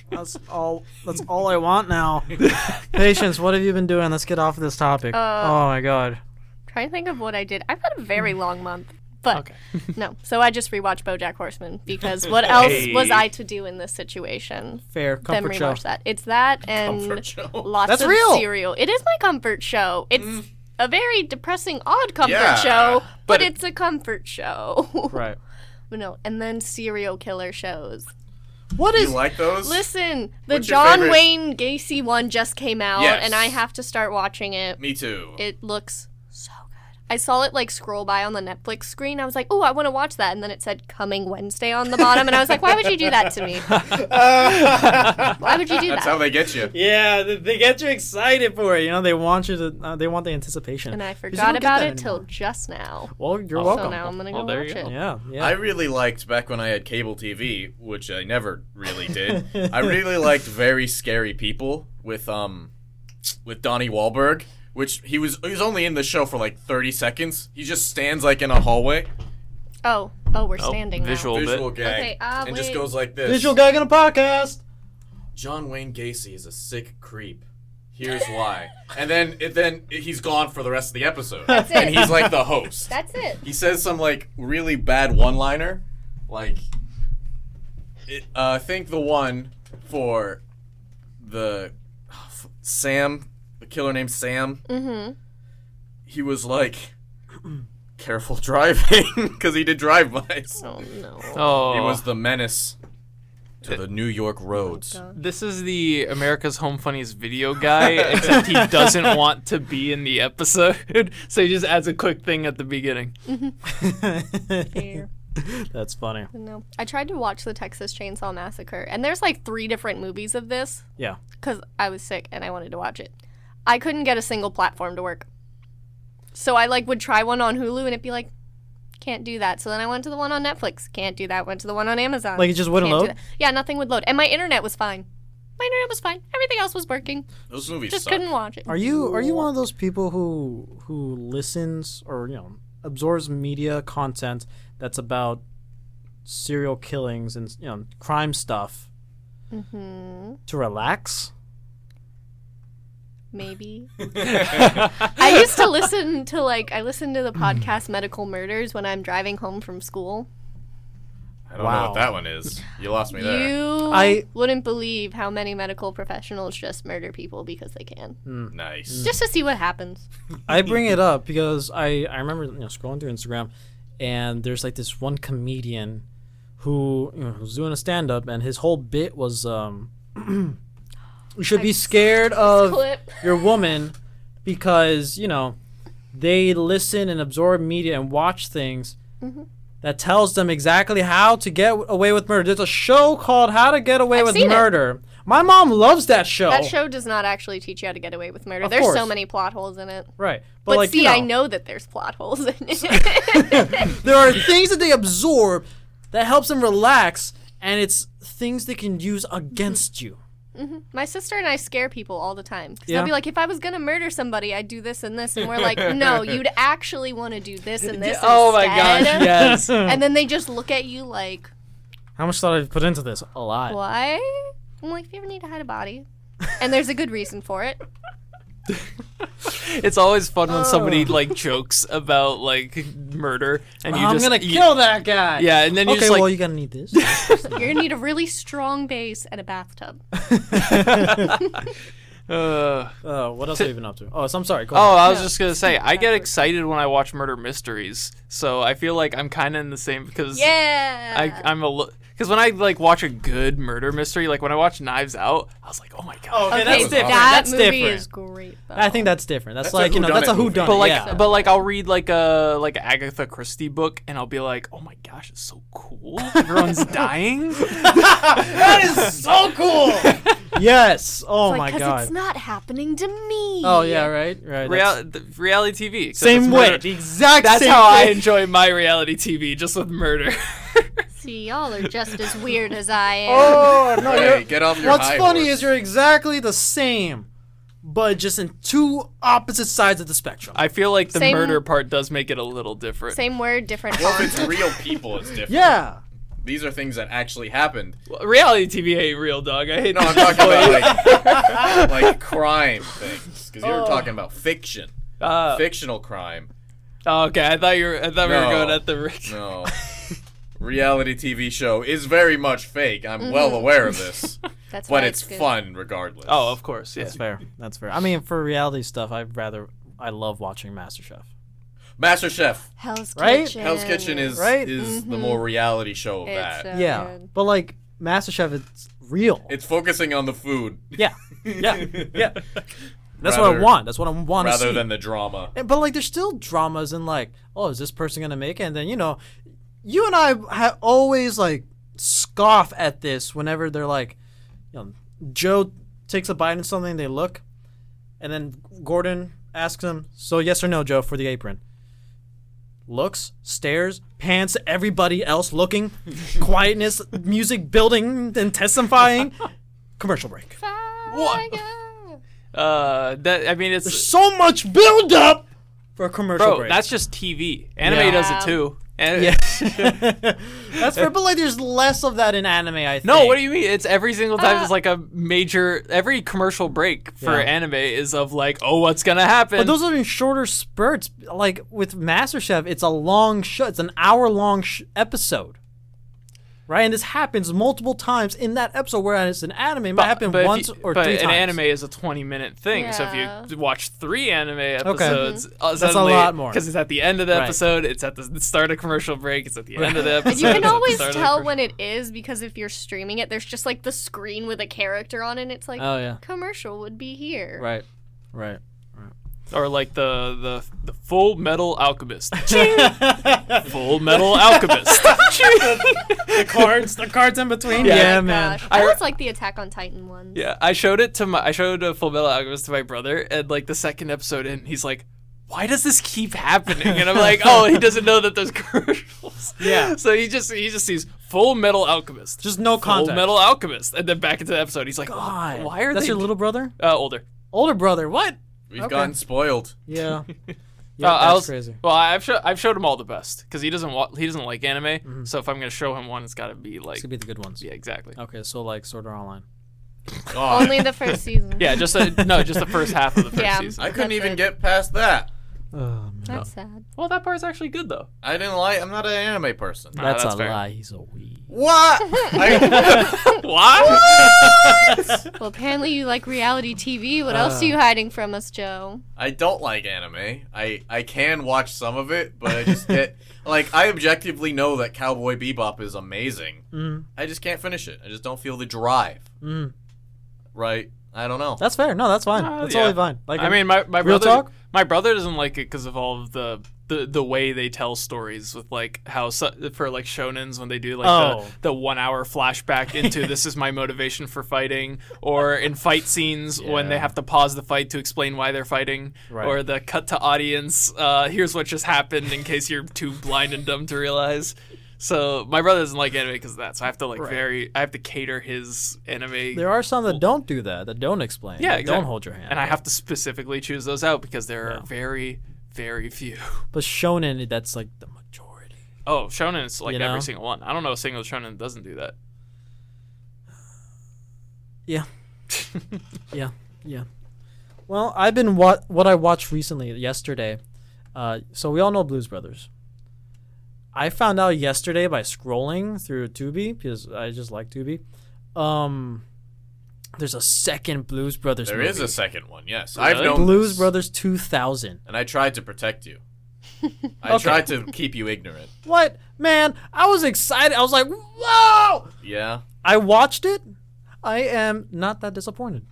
[SPEAKER 2] That's all. That's all I want now. *laughs* Patience, what have you been doing? Let's get off of this
[SPEAKER 4] Uh,
[SPEAKER 2] topic. oh my god.
[SPEAKER 4] trying to think of what I did. I've had a very long month. But
[SPEAKER 1] Okay.
[SPEAKER 4] no, so I just rewatched BoJack Horseman because what else was
[SPEAKER 1] Hey.
[SPEAKER 4] I to do in this situation?
[SPEAKER 2] Fair
[SPEAKER 4] Then
[SPEAKER 2] comfort show.
[SPEAKER 4] rewatch that. It's that and
[SPEAKER 3] Comfort show.
[SPEAKER 4] lots
[SPEAKER 2] That's
[SPEAKER 4] of
[SPEAKER 2] real.
[SPEAKER 4] cereal. It is my comfort show. It's a very depressing, odd comfort
[SPEAKER 3] Yeah,
[SPEAKER 4] show, but,
[SPEAKER 1] but it-
[SPEAKER 4] it's a comfort show. *laughs*
[SPEAKER 2] Right.
[SPEAKER 4] no, and then serial killer shows.
[SPEAKER 2] What
[SPEAKER 3] You
[SPEAKER 2] is?
[SPEAKER 3] like those?
[SPEAKER 4] Listen, the
[SPEAKER 3] What's your
[SPEAKER 4] John
[SPEAKER 3] favorite?
[SPEAKER 4] Wayne Gacy one just came out,
[SPEAKER 3] Yes.
[SPEAKER 4] and I have to start watching it.
[SPEAKER 3] Me too.
[SPEAKER 4] It looks so good. I saw it like scroll by on the Netflix screen. I was like, oh, I want to watch that. And then it said coming Wednesday on the bottom. And I was like, why would you do that
[SPEAKER 3] *laughs*
[SPEAKER 4] to me? why would you do
[SPEAKER 3] That's
[SPEAKER 4] that?
[SPEAKER 3] how they get you.
[SPEAKER 2] yeah, they- they get you excited for it. You know, they want you to. Uh, they want the anticipation.
[SPEAKER 4] and I
[SPEAKER 2] Because you
[SPEAKER 4] forgot
[SPEAKER 2] don't get
[SPEAKER 4] about
[SPEAKER 2] that
[SPEAKER 4] it till
[SPEAKER 2] anymore. Oh,
[SPEAKER 4] just now.
[SPEAKER 2] Well, you're
[SPEAKER 1] So
[SPEAKER 2] welcome.
[SPEAKER 4] So now I'm going to go
[SPEAKER 1] Well, there
[SPEAKER 4] watch
[SPEAKER 1] you
[SPEAKER 4] it.
[SPEAKER 1] go.
[SPEAKER 2] Yeah. Yeah.
[SPEAKER 3] I really liked back when I had cable TV, which I never really did.
[SPEAKER 4] *laughs*
[SPEAKER 3] I really liked Very Scary People with um with Donnie Wahlberg, which he was he was only in the show for like 30 seconds. He just stands like in a hallway,
[SPEAKER 4] Oh, oh, we're
[SPEAKER 1] Oh,
[SPEAKER 4] standing now.
[SPEAKER 1] visual bit.
[SPEAKER 3] visual gag,
[SPEAKER 4] Okay, ah,
[SPEAKER 3] and just
[SPEAKER 4] wait.
[SPEAKER 3] goes like this.
[SPEAKER 2] Visual gag on a podcast.
[SPEAKER 3] John Wayne Gacy is a sick creep. Here's why. And then it, then he's gone for the rest of the episode.
[SPEAKER 4] That's it.
[SPEAKER 3] And he's like the
[SPEAKER 4] *laughs*
[SPEAKER 3] host.
[SPEAKER 4] That's it.
[SPEAKER 3] he says some like really bad one liner like it, uh, i think the one for the f- sam the killer named sam
[SPEAKER 4] Mm-hmm.
[SPEAKER 3] he was like careful driving *laughs* because he did drive bys
[SPEAKER 4] Oh, no.
[SPEAKER 1] Oh,
[SPEAKER 3] he was the menace to the new york roads
[SPEAKER 1] This is the America's Home Funniest video guy, except he
[SPEAKER 2] *laughs*
[SPEAKER 1] doesn't want to be in the episode, *laughs* so he just adds a quick thing at the beginning.
[SPEAKER 4] Fair.
[SPEAKER 2] That's funny.
[SPEAKER 4] No. I tried to watch the Texas Chainsaw Massacre, and there's like three different movies of this
[SPEAKER 2] Yeah.
[SPEAKER 4] because I was sick and I wanted to watch it. I couldn't get a single platform to work. So I like would try one on Hulu and it'd be like, can't do that. So then I went to the one on Netflix. Can't do that. Went to the one on Amazon.
[SPEAKER 2] Like it just wouldn't
[SPEAKER 4] can't do
[SPEAKER 2] load?
[SPEAKER 4] that. Yeah, nothing would load. And my internet was fine. My internet was fine. Everything else was working.
[SPEAKER 3] those movies
[SPEAKER 4] Just
[SPEAKER 3] suck.
[SPEAKER 4] couldn't watch it.
[SPEAKER 2] Are you are you one of those people who who listens or you know absorbs media content that's about serial killings and you know crime stuff to relax? *laughs*
[SPEAKER 4] Maybe. I used to listen to like I listened to the podcast Medical Murders when I'm driving home from school.
[SPEAKER 3] i don't know
[SPEAKER 2] Wow.
[SPEAKER 3] what that one is you lost me there
[SPEAKER 4] You
[SPEAKER 2] I-
[SPEAKER 4] wouldn't believe how many medical professionals just murder people because they can.
[SPEAKER 3] nice
[SPEAKER 4] Just to see what happens.
[SPEAKER 2] I bring it up because I I remember you know scrolling through Instagram and there's like this one comedian who you know, was doing a stand up, and his whole bit was, um, *clears throat* "You should be scared of
[SPEAKER 4] clip.
[SPEAKER 2] your woman because you know they listen and absorb media and watch things
[SPEAKER 4] Mm-hmm.
[SPEAKER 2] that tells them exactly how to get away with murder. There's a show called How to Get Away
[SPEAKER 4] I've
[SPEAKER 2] with
[SPEAKER 4] seen it.
[SPEAKER 2] Murder. My mom loves that show.
[SPEAKER 4] That show does not actually teach you how to get away with murder.
[SPEAKER 2] Oh. Of
[SPEAKER 4] There's so
[SPEAKER 2] course.
[SPEAKER 4] many plot holes in it.
[SPEAKER 2] Right. But,
[SPEAKER 4] But,
[SPEAKER 2] like,
[SPEAKER 4] see,
[SPEAKER 2] you know,
[SPEAKER 4] I know that there's plot holes in it.
[SPEAKER 2] there are things that they absorb that helps them relax, and it's things they can use against you.
[SPEAKER 4] My sister and I scare people all the time. 'Cause
[SPEAKER 2] Yeah.
[SPEAKER 4] They'll be like, if I was going to murder somebody, I'd do this and this. And we're like, no, you'd actually want to do this and this.
[SPEAKER 1] Oh my gosh,
[SPEAKER 4] instead."
[SPEAKER 1] yes.
[SPEAKER 4] *laughs* And then they just look at you like,
[SPEAKER 2] How much thought I've put into this? A lot.
[SPEAKER 4] why? I'm like, if you ever need to hide a body. And there's a good reason for it.
[SPEAKER 1] It's always fun when somebody
[SPEAKER 2] Oh.
[SPEAKER 1] like jokes about like murder and you
[SPEAKER 2] I'm
[SPEAKER 1] just
[SPEAKER 2] gonna
[SPEAKER 1] you-
[SPEAKER 2] kill that guy.
[SPEAKER 1] Yeah, and then you
[SPEAKER 2] Okay,
[SPEAKER 1] just like
[SPEAKER 2] well, you gotta
[SPEAKER 1] *laughs*
[SPEAKER 2] need this.
[SPEAKER 4] You're going to need a really strong base and a bathtub.
[SPEAKER 1] uh,
[SPEAKER 2] Uh, what else have you been up to? Oh, so I'm sorry. Go
[SPEAKER 1] Oh,
[SPEAKER 2] ahead.
[SPEAKER 1] I was
[SPEAKER 4] No.
[SPEAKER 1] just gonna say, I get
[SPEAKER 4] Backwards.
[SPEAKER 1] excited when I watch murder mysteries, so I feel like I'm kind of in the same because
[SPEAKER 4] Yeah.
[SPEAKER 1] I, I'm a because when I like watch a good murder mystery, like when I watch Knives Out, I was like, oh my god.
[SPEAKER 2] Okay,
[SPEAKER 4] okay,
[SPEAKER 2] that's
[SPEAKER 4] that
[SPEAKER 2] different. that's
[SPEAKER 4] movie
[SPEAKER 2] different.
[SPEAKER 4] is great. Though.
[SPEAKER 2] I think that's different. That's,
[SPEAKER 3] That's a
[SPEAKER 2] like you know, that's a
[SPEAKER 3] whodunit
[SPEAKER 2] who
[SPEAKER 3] movie.
[SPEAKER 2] done.
[SPEAKER 1] But like,
[SPEAKER 2] yeah.
[SPEAKER 1] but like, I'll read like a like a Agatha Christie book, and I'll be like, "Oh my gosh, it's so cool!
[SPEAKER 2] *laughs*
[SPEAKER 1] Everyone's dying."
[SPEAKER 2] *laughs* that is so cool. yes. Oh
[SPEAKER 4] It's
[SPEAKER 2] my
[SPEAKER 4] like,
[SPEAKER 2] god.
[SPEAKER 4] it's not happening to me.
[SPEAKER 2] oh yeah. Right. Right. that's-
[SPEAKER 1] Real, th- reality TV. except
[SPEAKER 2] Same
[SPEAKER 1] it's
[SPEAKER 2] way.
[SPEAKER 1] murder.
[SPEAKER 2] The exact.
[SPEAKER 1] That's
[SPEAKER 2] same
[SPEAKER 1] how I
[SPEAKER 2] thing.
[SPEAKER 1] enjoy my reality TV, just with murder.
[SPEAKER 4] See, y'all are just as weird as I am.
[SPEAKER 2] Oh *laughs* *laughs* no.
[SPEAKER 3] Hey,
[SPEAKER 2] you're-
[SPEAKER 3] get off your
[SPEAKER 2] What's
[SPEAKER 3] high
[SPEAKER 2] funny
[SPEAKER 3] horse.
[SPEAKER 2] is you're exactly the same, but just in two opposite sides of the spectrum.
[SPEAKER 1] I feel like the
[SPEAKER 4] Same-
[SPEAKER 1] murder part does make it a little different.
[SPEAKER 4] Same word, different
[SPEAKER 3] Well,
[SPEAKER 4] font.
[SPEAKER 3] if it's real people, it's different.
[SPEAKER 2] yeah.
[SPEAKER 3] These are things that actually happened.
[SPEAKER 1] Well, reality TV ain't real, dog. I hate
[SPEAKER 3] No, I'm talking *laughs* about like, like crime things. Because you were talking about fiction.
[SPEAKER 2] *laughs*
[SPEAKER 1] Uh,
[SPEAKER 3] Fictional crime.
[SPEAKER 1] oh, okay, I thought you were. I thought we
[SPEAKER 3] No.
[SPEAKER 1] were going at the. Rick.
[SPEAKER 3] No. Reality TV show is very much fake. I'm well aware of this.
[SPEAKER 4] That's
[SPEAKER 3] but
[SPEAKER 4] why
[SPEAKER 3] it's
[SPEAKER 4] good.
[SPEAKER 3] fun regardless.
[SPEAKER 1] Oh, of course. Yeah.
[SPEAKER 2] That's fair. That's fair. I mean, for reality stuff, I'd rather. I love watching MasterChef.
[SPEAKER 3] Master Chef.
[SPEAKER 4] Hell's
[SPEAKER 2] Right?
[SPEAKER 4] Kitchen.
[SPEAKER 3] Hell's Kitchen is
[SPEAKER 2] Right?
[SPEAKER 3] is the more reality show of
[SPEAKER 4] It's,
[SPEAKER 3] that.
[SPEAKER 4] uh,
[SPEAKER 2] Yeah,
[SPEAKER 4] good.
[SPEAKER 2] but like MasterChef, it's real.
[SPEAKER 3] it's focusing on the food
[SPEAKER 2] *laughs* yeah, yeah, *laughs* yeah. That's what I
[SPEAKER 3] Rather-
[SPEAKER 2] want. That's what I want to see.
[SPEAKER 3] rather than the drama.
[SPEAKER 2] And- but like, there's still dramas and like, oh, is this person gonna make it? And then you know, you and I have always like scoff at this whenever they're like, you know, Joe takes a bite in something, they look, and then Gordon asks him, "So yes or no, Joe, for the apron?" Looks, stares, pants, everybody else looking, quietness, music building and testifying. Commercial break.
[SPEAKER 1] What? Uh, that I mean,
[SPEAKER 2] There's
[SPEAKER 1] it's
[SPEAKER 2] so much build up for a commercial
[SPEAKER 1] bro.
[SPEAKER 2] break.
[SPEAKER 1] That's just TV. Anime
[SPEAKER 2] Yeah.
[SPEAKER 1] does it too. And
[SPEAKER 2] Yeah. That's fair, but like there's less of that in anime, I think.
[SPEAKER 1] No, what do you mean? It's every single time.
[SPEAKER 4] Ah.
[SPEAKER 1] it's like a major. Every commercial break for
[SPEAKER 2] Yeah.
[SPEAKER 1] anime is of like, oh, what's gonna happen?
[SPEAKER 2] But those are in shorter spurts. Like with MasterChef, it's a long show. It's an hour long sh- episode. Right? And this happens multiple times in that episode, whereas an anime it might happen
[SPEAKER 1] if
[SPEAKER 2] once
[SPEAKER 1] you-
[SPEAKER 2] or
[SPEAKER 1] but
[SPEAKER 2] three
[SPEAKER 1] an
[SPEAKER 2] times.
[SPEAKER 1] anime is a 20 minute thing so
[SPEAKER 4] Yeah. Mm-hmm.
[SPEAKER 1] if you watch three anime episodes uh,
[SPEAKER 2] That's a
[SPEAKER 1] suddenly,
[SPEAKER 2] lot more.
[SPEAKER 1] because it's at the end of the
[SPEAKER 2] Right.
[SPEAKER 1] episode it's at the start of commercial break it's at the end of the
[SPEAKER 4] And
[SPEAKER 1] episode *laughs*
[SPEAKER 4] you
[SPEAKER 2] *laughs*
[SPEAKER 4] can
[SPEAKER 1] it's at the
[SPEAKER 4] always
[SPEAKER 1] start of the
[SPEAKER 4] tell
[SPEAKER 1] commercial-
[SPEAKER 4] when it is because if you're streaming it, there's just like the screen with a character on it. And it's like
[SPEAKER 2] Oh, yeah.
[SPEAKER 4] commercial would be here.
[SPEAKER 2] Right. *laughs* Right.
[SPEAKER 1] or like the the the full metal alchemist Ching! full
[SPEAKER 2] *laughs*
[SPEAKER 1] metal alchemist
[SPEAKER 2] the cards, the cards in between.
[SPEAKER 1] Yeah.
[SPEAKER 2] Yeah,
[SPEAKER 4] Oh my
[SPEAKER 2] man.
[SPEAKER 4] gosh. I, always like the Attack on Titan one.
[SPEAKER 1] yeah i showed it to my i showed a full metal alchemist to my brother and like the second episode in he's like why does this keep happening? And I'm like, oh,
[SPEAKER 2] *laughs*
[SPEAKER 1] he doesn't know that there's commercials.
[SPEAKER 2] Yeah.
[SPEAKER 1] So he just he just sees Full Metal Alchemist.
[SPEAKER 2] Just no context.
[SPEAKER 1] Full Metal Alchemist, and then back into the episode. He's like,
[SPEAKER 2] God.
[SPEAKER 1] "Why are
[SPEAKER 2] That's
[SPEAKER 1] they
[SPEAKER 2] your little brother?
[SPEAKER 1] uh, older?"
[SPEAKER 2] Older brother. What?
[SPEAKER 3] We've
[SPEAKER 2] Okay.
[SPEAKER 3] gotten spoiled.
[SPEAKER 1] *laughs*
[SPEAKER 2] Yeah.
[SPEAKER 1] Uh,
[SPEAKER 2] yeah,
[SPEAKER 1] I
[SPEAKER 2] that's
[SPEAKER 1] was-
[SPEAKER 2] crazy.
[SPEAKER 1] Well, I've sho- I've showed him all the best because he doesn't wa- he doesn't like anime. So if I'm gonna show him one, it's gotta be
[SPEAKER 2] Mm-hmm. It's
[SPEAKER 1] like
[SPEAKER 2] gonna be the good ones.
[SPEAKER 1] yeah, exactly.
[SPEAKER 2] Okay, so like Sword Art Online.
[SPEAKER 3] God,
[SPEAKER 4] Only
[SPEAKER 2] *laughs*
[SPEAKER 4] the first season.
[SPEAKER 1] Yeah, just a, no, just the first half of the first
[SPEAKER 4] Yeah.
[SPEAKER 1] season.
[SPEAKER 3] I couldn't
[SPEAKER 4] That's
[SPEAKER 3] even
[SPEAKER 4] it.
[SPEAKER 3] get past that.
[SPEAKER 2] Oh, man.
[SPEAKER 4] That's sad.
[SPEAKER 1] Well, that part's actually good though.
[SPEAKER 3] I didn't like. I'm not an anime person.
[SPEAKER 1] Nah, that's
[SPEAKER 2] a
[SPEAKER 1] fair.
[SPEAKER 2] lie. He's a wee.
[SPEAKER 3] What? I-
[SPEAKER 1] *laughs* What?
[SPEAKER 4] Well, apparently you like reality TV. What else
[SPEAKER 2] Uh.
[SPEAKER 4] are you hiding from us, Joe?
[SPEAKER 3] I don't like anime. I I can watch some of it, but I just
[SPEAKER 2] *laughs*
[SPEAKER 3] get like I objectively know that Cowboy Bebop is amazing.
[SPEAKER 2] Mm,
[SPEAKER 3] I just can't finish it. I just don't feel the drive.
[SPEAKER 2] mm.
[SPEAKER 3] Right? I don't know.
[SPEAKER 2] That's fair. No, that's fine.
[SPEAKER 1] Uh,
[SPEAKER 2] that's
[SPEAKER 1] yeah.
[SPEAKER 2] totally fine. Like
[SPEAKER 1] I mean, my my
[SPEAKER 2] Real
[SPEAKER 1] brother
[SPEAKER 2] talk?
[SPEAKER 1] my brother doesn't like it because of all of the. The, the way they tell stories with like how su- for like shonens when they do like
[SPEAKER 2] Oh.
[SPEAKER 1] the, the one hour flashback
[SPEAKER 2] *laughs*
[SPEAKER 1] into this is my motivation for fighting or in fight scenes when they
[SPEAKER 3] Yeah.
[SPEAKER 1] have to pause the fight to explain why they're fighting
[SPEAKER 2] Right.
[SPEAKER 1] or the cut to audience uh, here's what just happened in case you're too blind and dumb to realize so my brother doesn't like anime because of that so I have to like
[SPEAKER 2] Right.
[SPEAKER 1] very I have to cater his anime
[SPEAKER 2] there are some that don't do that. That don't explain.
[SPEAKER 1] Yeah,
[SPEAKER 2] that
[SPEAKER 1] exact-
[SPEAKER 2] don't hold your hand.
[SPEAKER 1] and I have to specifically choose those out because there are
[SPEAKER 2] Yeah.
[SPEAKER 1] very, very few. *laughs*
[SPEAKER 2] But shonen, that's like the majority.
[SPEAKER 1] Oh, shonen is like
[SPEAKER 2] You know?
[SPEAKER 1] every single one. I don't know a single shonen that doesn't do that. *laughs*
[SPEAKER 2] Yeah. yeah. Yeah. Well, I've been what what I watched recently yesterday. Uh, so we all know Blues Brothers. I found out yesterday by scrolling through Tubi because I just like Tubi. Um, there's a second Blues Brothers.
[SPEAKER 3] There
[SPEAKER 2] movie.
[SPEAKER 3] is a second one. Yes,
[SPEAKER 1] Really?
[SPEAKER 3] I've known
[SPEAKER 2] Blues
[SPEAKER 3] this,
[SPEAKER 2] Brothers 2000.
[SPEAKER 3] and I tried to protect you. I
[SPEAKER 2] Okay.
[SPEAKER 3] tried to keep you ignorant.
[SPEAKER 2] What man? I was excited. I was like, whoa!
[SPEAKER 3] Yeah,
[SPEAKER 2] I watched it. I am not that disappointed.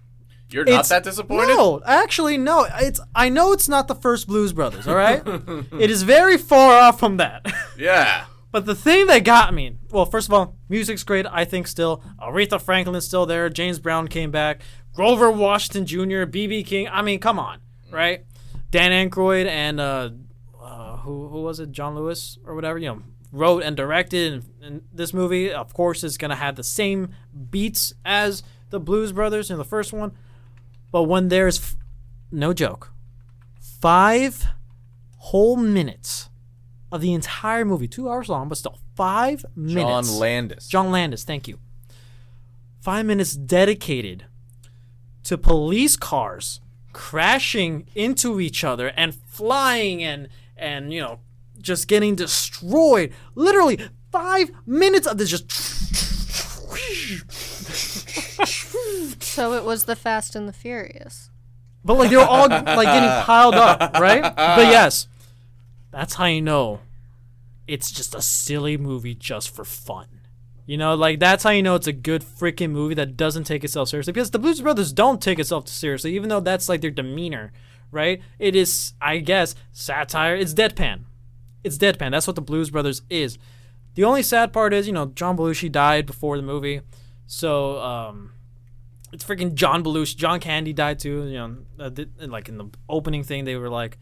[SPEAKER 3] you're not
[SPEAKER 2] It's-
[SPEAKER 3] that disappointed.
[SPEAKER 2] No, actually, no. It's I know it's not the first Blues Brothers. All
[SPEAKER 3] *laughs*
[SPEAKER 2] right, it is very far off from that. *laughs*
[SPEAKER 3] Yeah,
[SPEAKER 2] but the thing that got me, well, first of all, music's great. I think still Aretha Franklin's still there. James Brown came back. Grover Washington Jr., BB King. I mean, come on, right? Dan Aykroyd and uh, uh, who who was it? John Lewis or whatever. You know, wrote and directed, and, and this movie, of course, is gonna have the same beats as the Blues Brothers in the first one. But when there's, f- no joke, five whole minutes of the entire movie, two hours long, but still five
[SPEAKER 3] John
[SPEAKER 2] minutes.
[SPEAKER 3] Landis.
[SPEAKER 2] John Landis, thank you. Five minutes dedicated to police cars crashing into each other and flying and and you know just getting destroyed. Literally five minutes of this just
[SPEAKER 4] So it was the Fast and the Furious.
[SPEAKER 2] But like they were all like getting piled up, right? But yes, that's how you know it's just a silly movie just for fun. You know, like that's how you know it's a good freaking movie that doesn't take itself seriously because the Blues Brothers don't take itself seriously, even though that's like their demeanor, right? It is, I guess, satire. It's deadpan. It's deadpan. That's what the Blues Brothers is. The only sad part is, you know, John Belushi died before the movie, so um, it's freaking John Belushi. John Candy died too. You know, uh, th- like in the opening thing, they were like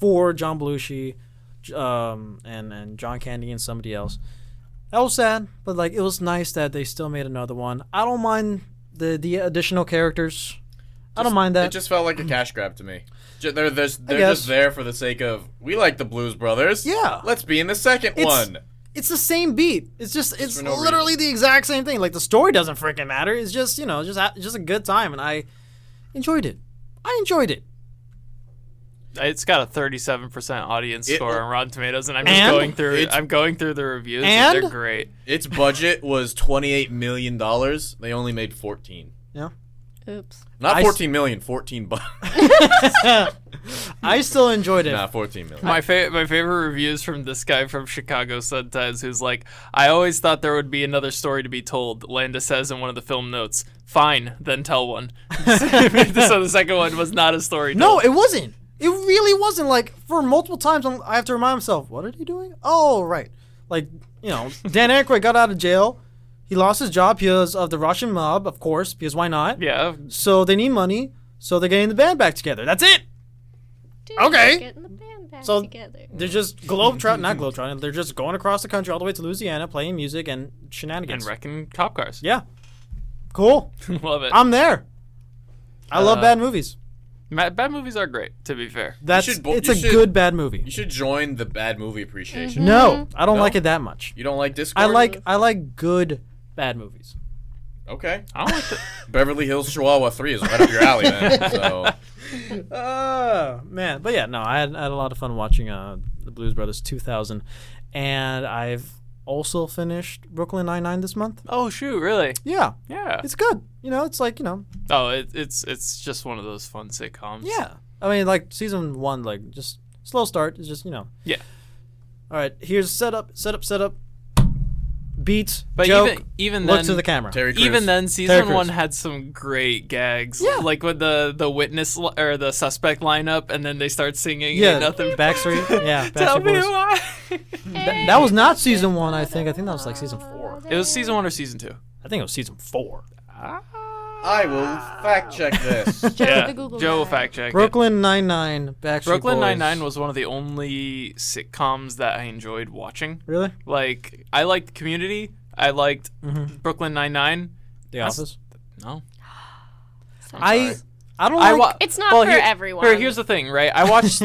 [SPEAKER 2] for John Belushi, j- um, and and John Candy and somebody else. That was sad, but like it was nice that they still made another one. I don't mind the the additional characters. I don't mind
[SPEAKER 3] It
[SPEAKER 2] that.
[SPEAKER 3] just felt like a cash grab to me. Ju- They're, they're, they're
[SPEAKER 2] guess.
[SPEAKER 3] just there for the sake of we like the Blues Brothers.
[SPEAKER 2] Yeah.
[SPEAKER 3] let's be in the second
[SPEAKER 2] It's-
[SPEAKER 3] one.
[SPEAKER 2] it's the same beat. It's just it's
[SPEAKER 3] for no
[SPEAKER 2] literally the exact same thing. Like the story doesn't freaking matter. It's just you know just a- just a good time, and I enjoyed it. I enjoyed it.
[SPEAKER 1] It's got a 37% audience
[SPEAKER 3] It-
[SPEAKER 1] score on Rotten Tomatoes, and I'm just
[SPEAKER 2] And?
[SPEAKER 1] going through.
[SPEAKER 3] It's-
[SPEAKER 1] I'm going through the reviews, and,
[SPEAKER 2] And?
[SPEAKER 1] they're great.
[SPEAKER 3] Its budget was twenty eight million dollars. They only made fourteen.
[SPEAKER 2] Yeah.
[SPEAKER 4] Oops.
[SPEAKER 3] Not
[SPEAKER 2] I s-
[SPEAKER 3] fourteen million, fourteen *laughs* bucks.
[SPEAKER 2] I still enjoyed it.
[SPEAKER 3] nah, fourteen million.
[SPEAKER 1] My fa- my favorite reviews from this guy from Chicago Sun Times, who's like, "I always thought there would be another story to be told." Landis says in one of the film notes, "Fine, then tell one." *laughs* so the second one was not a story.
[SPEAKER 2] No,
[SPEAKER 1] told.
[SPEAKER 2] it wasn't. It really wasn't. Like for multiple times, I'm, I have to remind myself, what are they doing? Oh, right. Like you know, Dan Aykroyd got out of jail. He lost his job because of the Russian mob, of course, because why not?
[SPEAKER 1] yeah,
[SPEAKER 2] So they need money, so they're getting the band back together. That's it.
[SPEAKER 4] Dude,
[SPEAKER 2] Okay.
[SPEAKER 4] Getting the band back
[SPEAKER 2] So-
[SPEAKER 4] together.
[SPEAKER 2] They're just globetrot, not globetrotting. They're just going across the country all the way to Louisiana, playing music and
[SPEAKER 1] and
[SPEAKER 2] shenanigans.
[SPEAKER 1] wrecking cop cars.
[SPEAKER 2] yeah,
[SPEAKER 3] *laughs*
[SPEAKER 2] cool.
[SPEAKER 1] *laughs* Love it.
[SPEAKER 2] I'm there. I love
[SPEAKER 1] Uh,
[SPEAKER 2] bad movies.
[SPEAKER 1] Ma- bad movies are great. To be fair,
[SPEAKER 2] That's
[SPEAKER 3] should bo-
[SPEAKER 2] it's
[SPEAKER 3] you
[SPEAKER 2] a
[SPEAKER 3] should-
[SPEAKER 2] good bad movie.
[SPEAKER 3] You should join the bad movie appreciation.
[SPEAKER 2] No, I don't
[SPEAKER 3] No?
[SPEAKER 2] like it that much.
[SPEAKER 3] You don't like Discord?
[SPEAKER 2] Mm. I like I like good bad movies.
[SPEAKER 3] Okay.
[SPEAKER 1] I don't like the-
[SPEAKER 2] *laughs*
[SPEAKER 3] Beverly Hills Chihuahua 3 is right up your alley, man. So
[SPEAKER 2] oh man, but yeah, no, I had, I had a lot of fun watching uh, the Blues Brothers 2000, and I've also finished Brooklyn Nine Nine this month.
[SPEAKER 1] *laughs* Oh shoot, really?
[SPEAKER 2] Yeah,
[SPEAKER 1] Yeah.
[SPEAKER 2] it's good. You know, it's like you know,
[SPEAKER 1] Oh, it, it's it's just one of those fun sitcoms.
[SPEAKER 2] yeah. I mean, like season one, like just slow start. It's just you know,
[SPEAKER 1] Yeah.
[SPEAKER 2] All right, here's setup, setup, setup, beat,
[SPEAKER 1] But
[SPEAKER 2] joke,
[SPEAKER 1] even even
[SPEAKER 2] look
[SPEAKER 1] then,
[SPEAKER 2] to the camera.
[SPEAKER 3] Terry Crews.
[SPEAKER 1] even then, season
[SPEAKER 2] Crews.
[SPEAKER 1] one had some great gags.
[SPEAKER 2] Yeah.
[SPEAKER 1] Like when the the witness li- or the suspect line up, and then they start singing.
[SPEAKER 2] yeah,
[SPEAKER 1] Ain't nothing. *laughs*
[SPEAKER 2] Backstreet, yeah,
[SPEAKER 1] Tell
[SPEAKER 2] Backstreet
[SPEAKER 1] me
[SPEAKER 2] Boys.
[SPEAKER 1] why. *laughs*
[SPEAKER 2] That, that was not season one, I think. I think that was like season four.
[SPEAKER 1] it was season one or season two.
[SPEAKER 2] I think it was season four.
[SPEAKER 3] I will fact check this.
[SPEAKER 2] *laughs*
[SPEAKER 4] Joe,
[SPEAKER 1] yeah.
[SPEAKER 4] the Google
[SPEAKER 1] Joe will
[SPEAKER 4] guy.
[SPEAKER 1] fact check. it.
[SPEAKER 2] Brooklyn Nine Nine, Backstreet
[SPEAKER 1] Brooklyn
[SPEAKER 2] Boys.
[SPEAKER 1] Nine Nine was one of the only sitcoms that I enjoyed watching.
[SPEAKER 2] really
[SPEAKER 1] Like I liked Community. I liked
[SPEAKER 2] Mm-hmm.
[SPEAKER 1] Brooklyn Nine Nine.
[SPEAKER 2] The
[SPEAKER 1] That's-
[SPEAKER 2] Office.
[SPEAKER 1] No,
[SPEAKER 2] I I don't
[SPEAKER 1] I
[SPEAKER 2] like.
[SPEAKER 1] wa-
[SPEAKER 4] It's not for everyone.
[SPEAKER 1] here- here's the thing, right? I
[SPEAKER 2] *laughs*
[SPEAKER 1] watched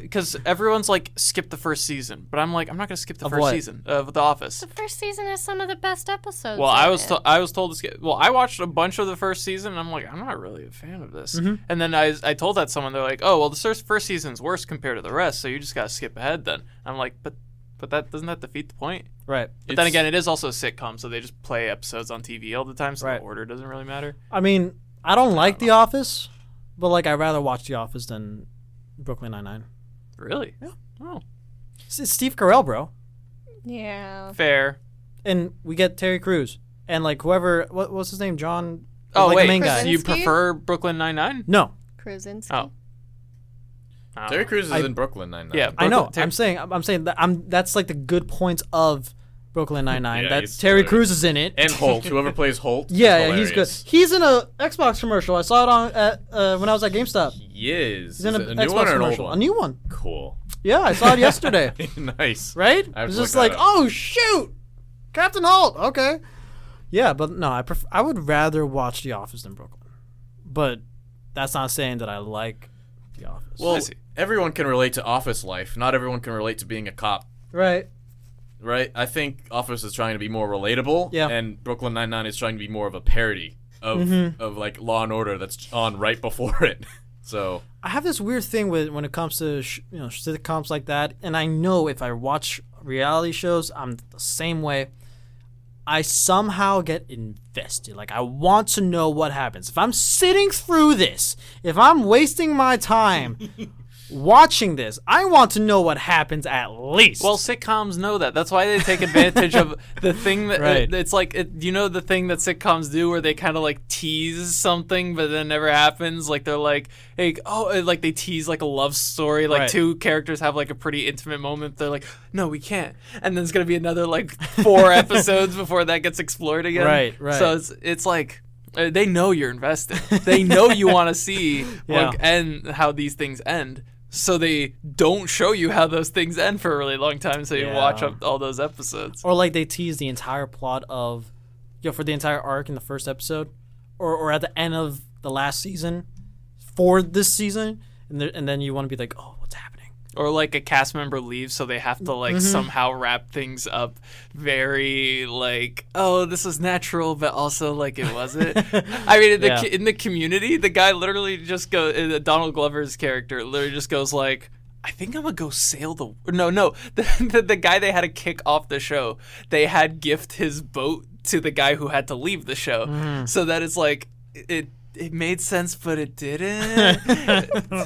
[SPEAKER 1] because everyone's like skip the first season, but I'm like I'm not gonna skip the
[SPEAKER 2] Of
[SPEAKER 1] first
[SPEAKER 2] what?
[SPEAKER 1] season of The Office.
[SPEAKER 4] The first season has some of the best episodes.
[SPEAKER 1] Well,
[SPEAKER 4] of
[SPEAKER 1] I was
[SPEAKER 4] it.
[SPEAKER 1] to- I was told to skip. Well, I watched a bunch of the first season, and I'm like I'm not really a fan of this.
[SPEAKER 2] Mm-hmm.
[SPEAKER 1] And then I I told that someone they're like, oh well, the first first season's worse compared to the rest, so you just gotta skip ahead then. I'm like, but but that doesn't that defeat the point?
[SPEAKER 2] right.
[SPEAKER 1] But then
[SPEAKER 3] It's-
[SPEAKER 1] again, it is also a sitcom, so they just play episodes on TV all the time, so
[SPEAKER 2] Right.
[SPEAKER 1] the order doesn't really matter.
[SPEAKER 2] I mean, I don't like The Office, but like I rather watch The Office than Brooklyn Nine Nine.
[SPEAKER 1] Really? Yeah. Oh,
[SPEAKER 2] It's Steve Carell, bro,
[SPEAKER 4] Yeah.
[SPEAKER 1] fair.
[SPEAKER 2] and we get Terry Crews and like whoever. What what's his name? John.
[SPEAKER 1] Oh
[SPEAKER 2] like
[SPEAKER 1] wait,
[SPEAKER 2] the main guy.
[SPEAKER 1] so you
[SPEAKER 4] Krasinski?
[SPEAKER 1] prefer Brooklyn Nine Nine?
[SPEAKER 2] No,
[SPEAKER 4] Krasinski.
[SPEAKER 1] Oh.
[SPEAKER 3] Terry Crews is
[SPEAKER 2] I-
[SPEAKER 3] in Brooklyn Nine Nine.
[SPEAKER 1] Yeah.
[SPEAKER 2] I know.
[SPEAKER 1] Brooklyn- Ter-
[SPEAKER 2] I'm saying. I'm I'm saying that I'm. That's like the good points of Brooklyn Nine Nine.
[SPEAKER 3] *laughs* Yeah,
[SPEAKER 2] that
[SPEAKER 3] he's
[SPEAKER 2] Terry
[SPEAKER 3] hilarious.
[SPEAKER 2] Crews is in it.
[SPEAKER 3] And Holt, whoever plays Holt. is
[SPEAKER 2] yeah, yeah, he's good.
[SPEAKER 3] hilarious.
[SPEAKER 2] He's in a Xbox commercial. I saw it on at, uh, when I was at GameStop.
[SPEAKER 3] He is.
[SPEAKER 2] He's in
[SPEAKER 3] Is
[SPEAKER 2] a,
[SPEAKER 3] it a
[SPEAKER 2] Xbox
[SPEAKER 3] new one or an old
[SPEAKER 2] commercial.
[SPEAKER 3] one?
[SPEAKER 2] A new one.
[SPEAKER 3] Cool. *laughs*
[SPEAKER 2] Yeah, I saw it yesterday.
[SPEAKER 3] nice.
[SPEAKER 2] right?
[SPEAKER 3] I have
[SPEAKER 2] It was
[SPEAKER 3] to
[SPEAKER 2] just
[SPEAKER 3] look
[SPEAKER 2] like,
[SPEAKER 3] that up.
[SPEAKER 2] oh shoot, Captain Holt. Okay. Yeah, but no, I pref- I would rather watch The Office than Brooklyn, but that's not saying that I like The Office.
[SPEAKER 1] I
[SPEAKER 3] Well,
[SPEAKER 1] see.
[SPEAKER 3] everyone can relate to office life. Not everyone can relate to being a cop,
[SPEAKER 2] right.
[SPEAKER 3] right? I think Office is trying to be more relatable,
[SPEAKER 2] Yeah.
[SPEAKER 3] and Brooklyn Nine Nine is trying to be more of a parody of
[SPEAKER 2] Mm-hmm.
[SPEAKER 3] of like Law and Order that's on right before it. *laughs* So
[SPEAKER 2] I have this weird thing with when it comes to sh- you know sitcoms like that, and I know if I watch reality shows, I'm the same way. I somehow get invested. Like I want to know what happens. If I'm sitting through this, if I'm wasting my time watching this, I want to know what happens at least.
[SPEAKER 1] Well, sitcoms know that. That's why they take advantage
[SPEAKER 2] *laughs*
[SPEAKER 1] of the thing that
[SPEAKER 2] Right.
[SPEAKER 1] it's like. It, you know the thing that sitcoms do, where they kind of like tease something, but then it never happens. Like they're like, like oh, uh, like they tease like a love story. Like
[SPEAKER 2] Right.
[SPEAKER 1] two characters have like a pretty intimate moment. They're like, no, we can't. And then it's gonna be another like
[SPEAKER 2] *laughs*
[SPEAKER 1] four episodes before that gets explored again.
[SPEAKER 2] Right, right.
[SPEAKER 1] So it's it's like. uh, They know you're invested. They know you
[SPEAKER 2] *laughs*
[SPEAKER 1] want to see
[SPEAKER 2] Yeah.
[SPEAKER 1] what and how these things end. So they don't show you how those things end for a really long time. So you
[SPEAKER 2] Yeah.
[SPEAKER 1] watch up all those episodes.
[SPEAKER 2] or like they tease the entire plot of, you know, for the entire arc in the first episode, or or at the end of the last season, for this season, and there, and then you want to be like, oh, what's happening?
[SPEAKER 1] *laughs* Or like a cast member leaves, so they have to like somehow wrap things up. Very like, oh, this was natural, but also like it wasn't. I mean, in the
[SPEAKER 2] Yeah.
[SPEAKER 1] in the community, the guy literally just go. uh, Donald Glover's character literally just goes like. I think I'm gonna go sail the no no *laughs* the, the the guy they had to kick off the show they had gift his boat to the guy who had to leave the show so that it's like it it made sense but it
[SPEAKER 2] *laughs*
[SPEAKER 1] didn't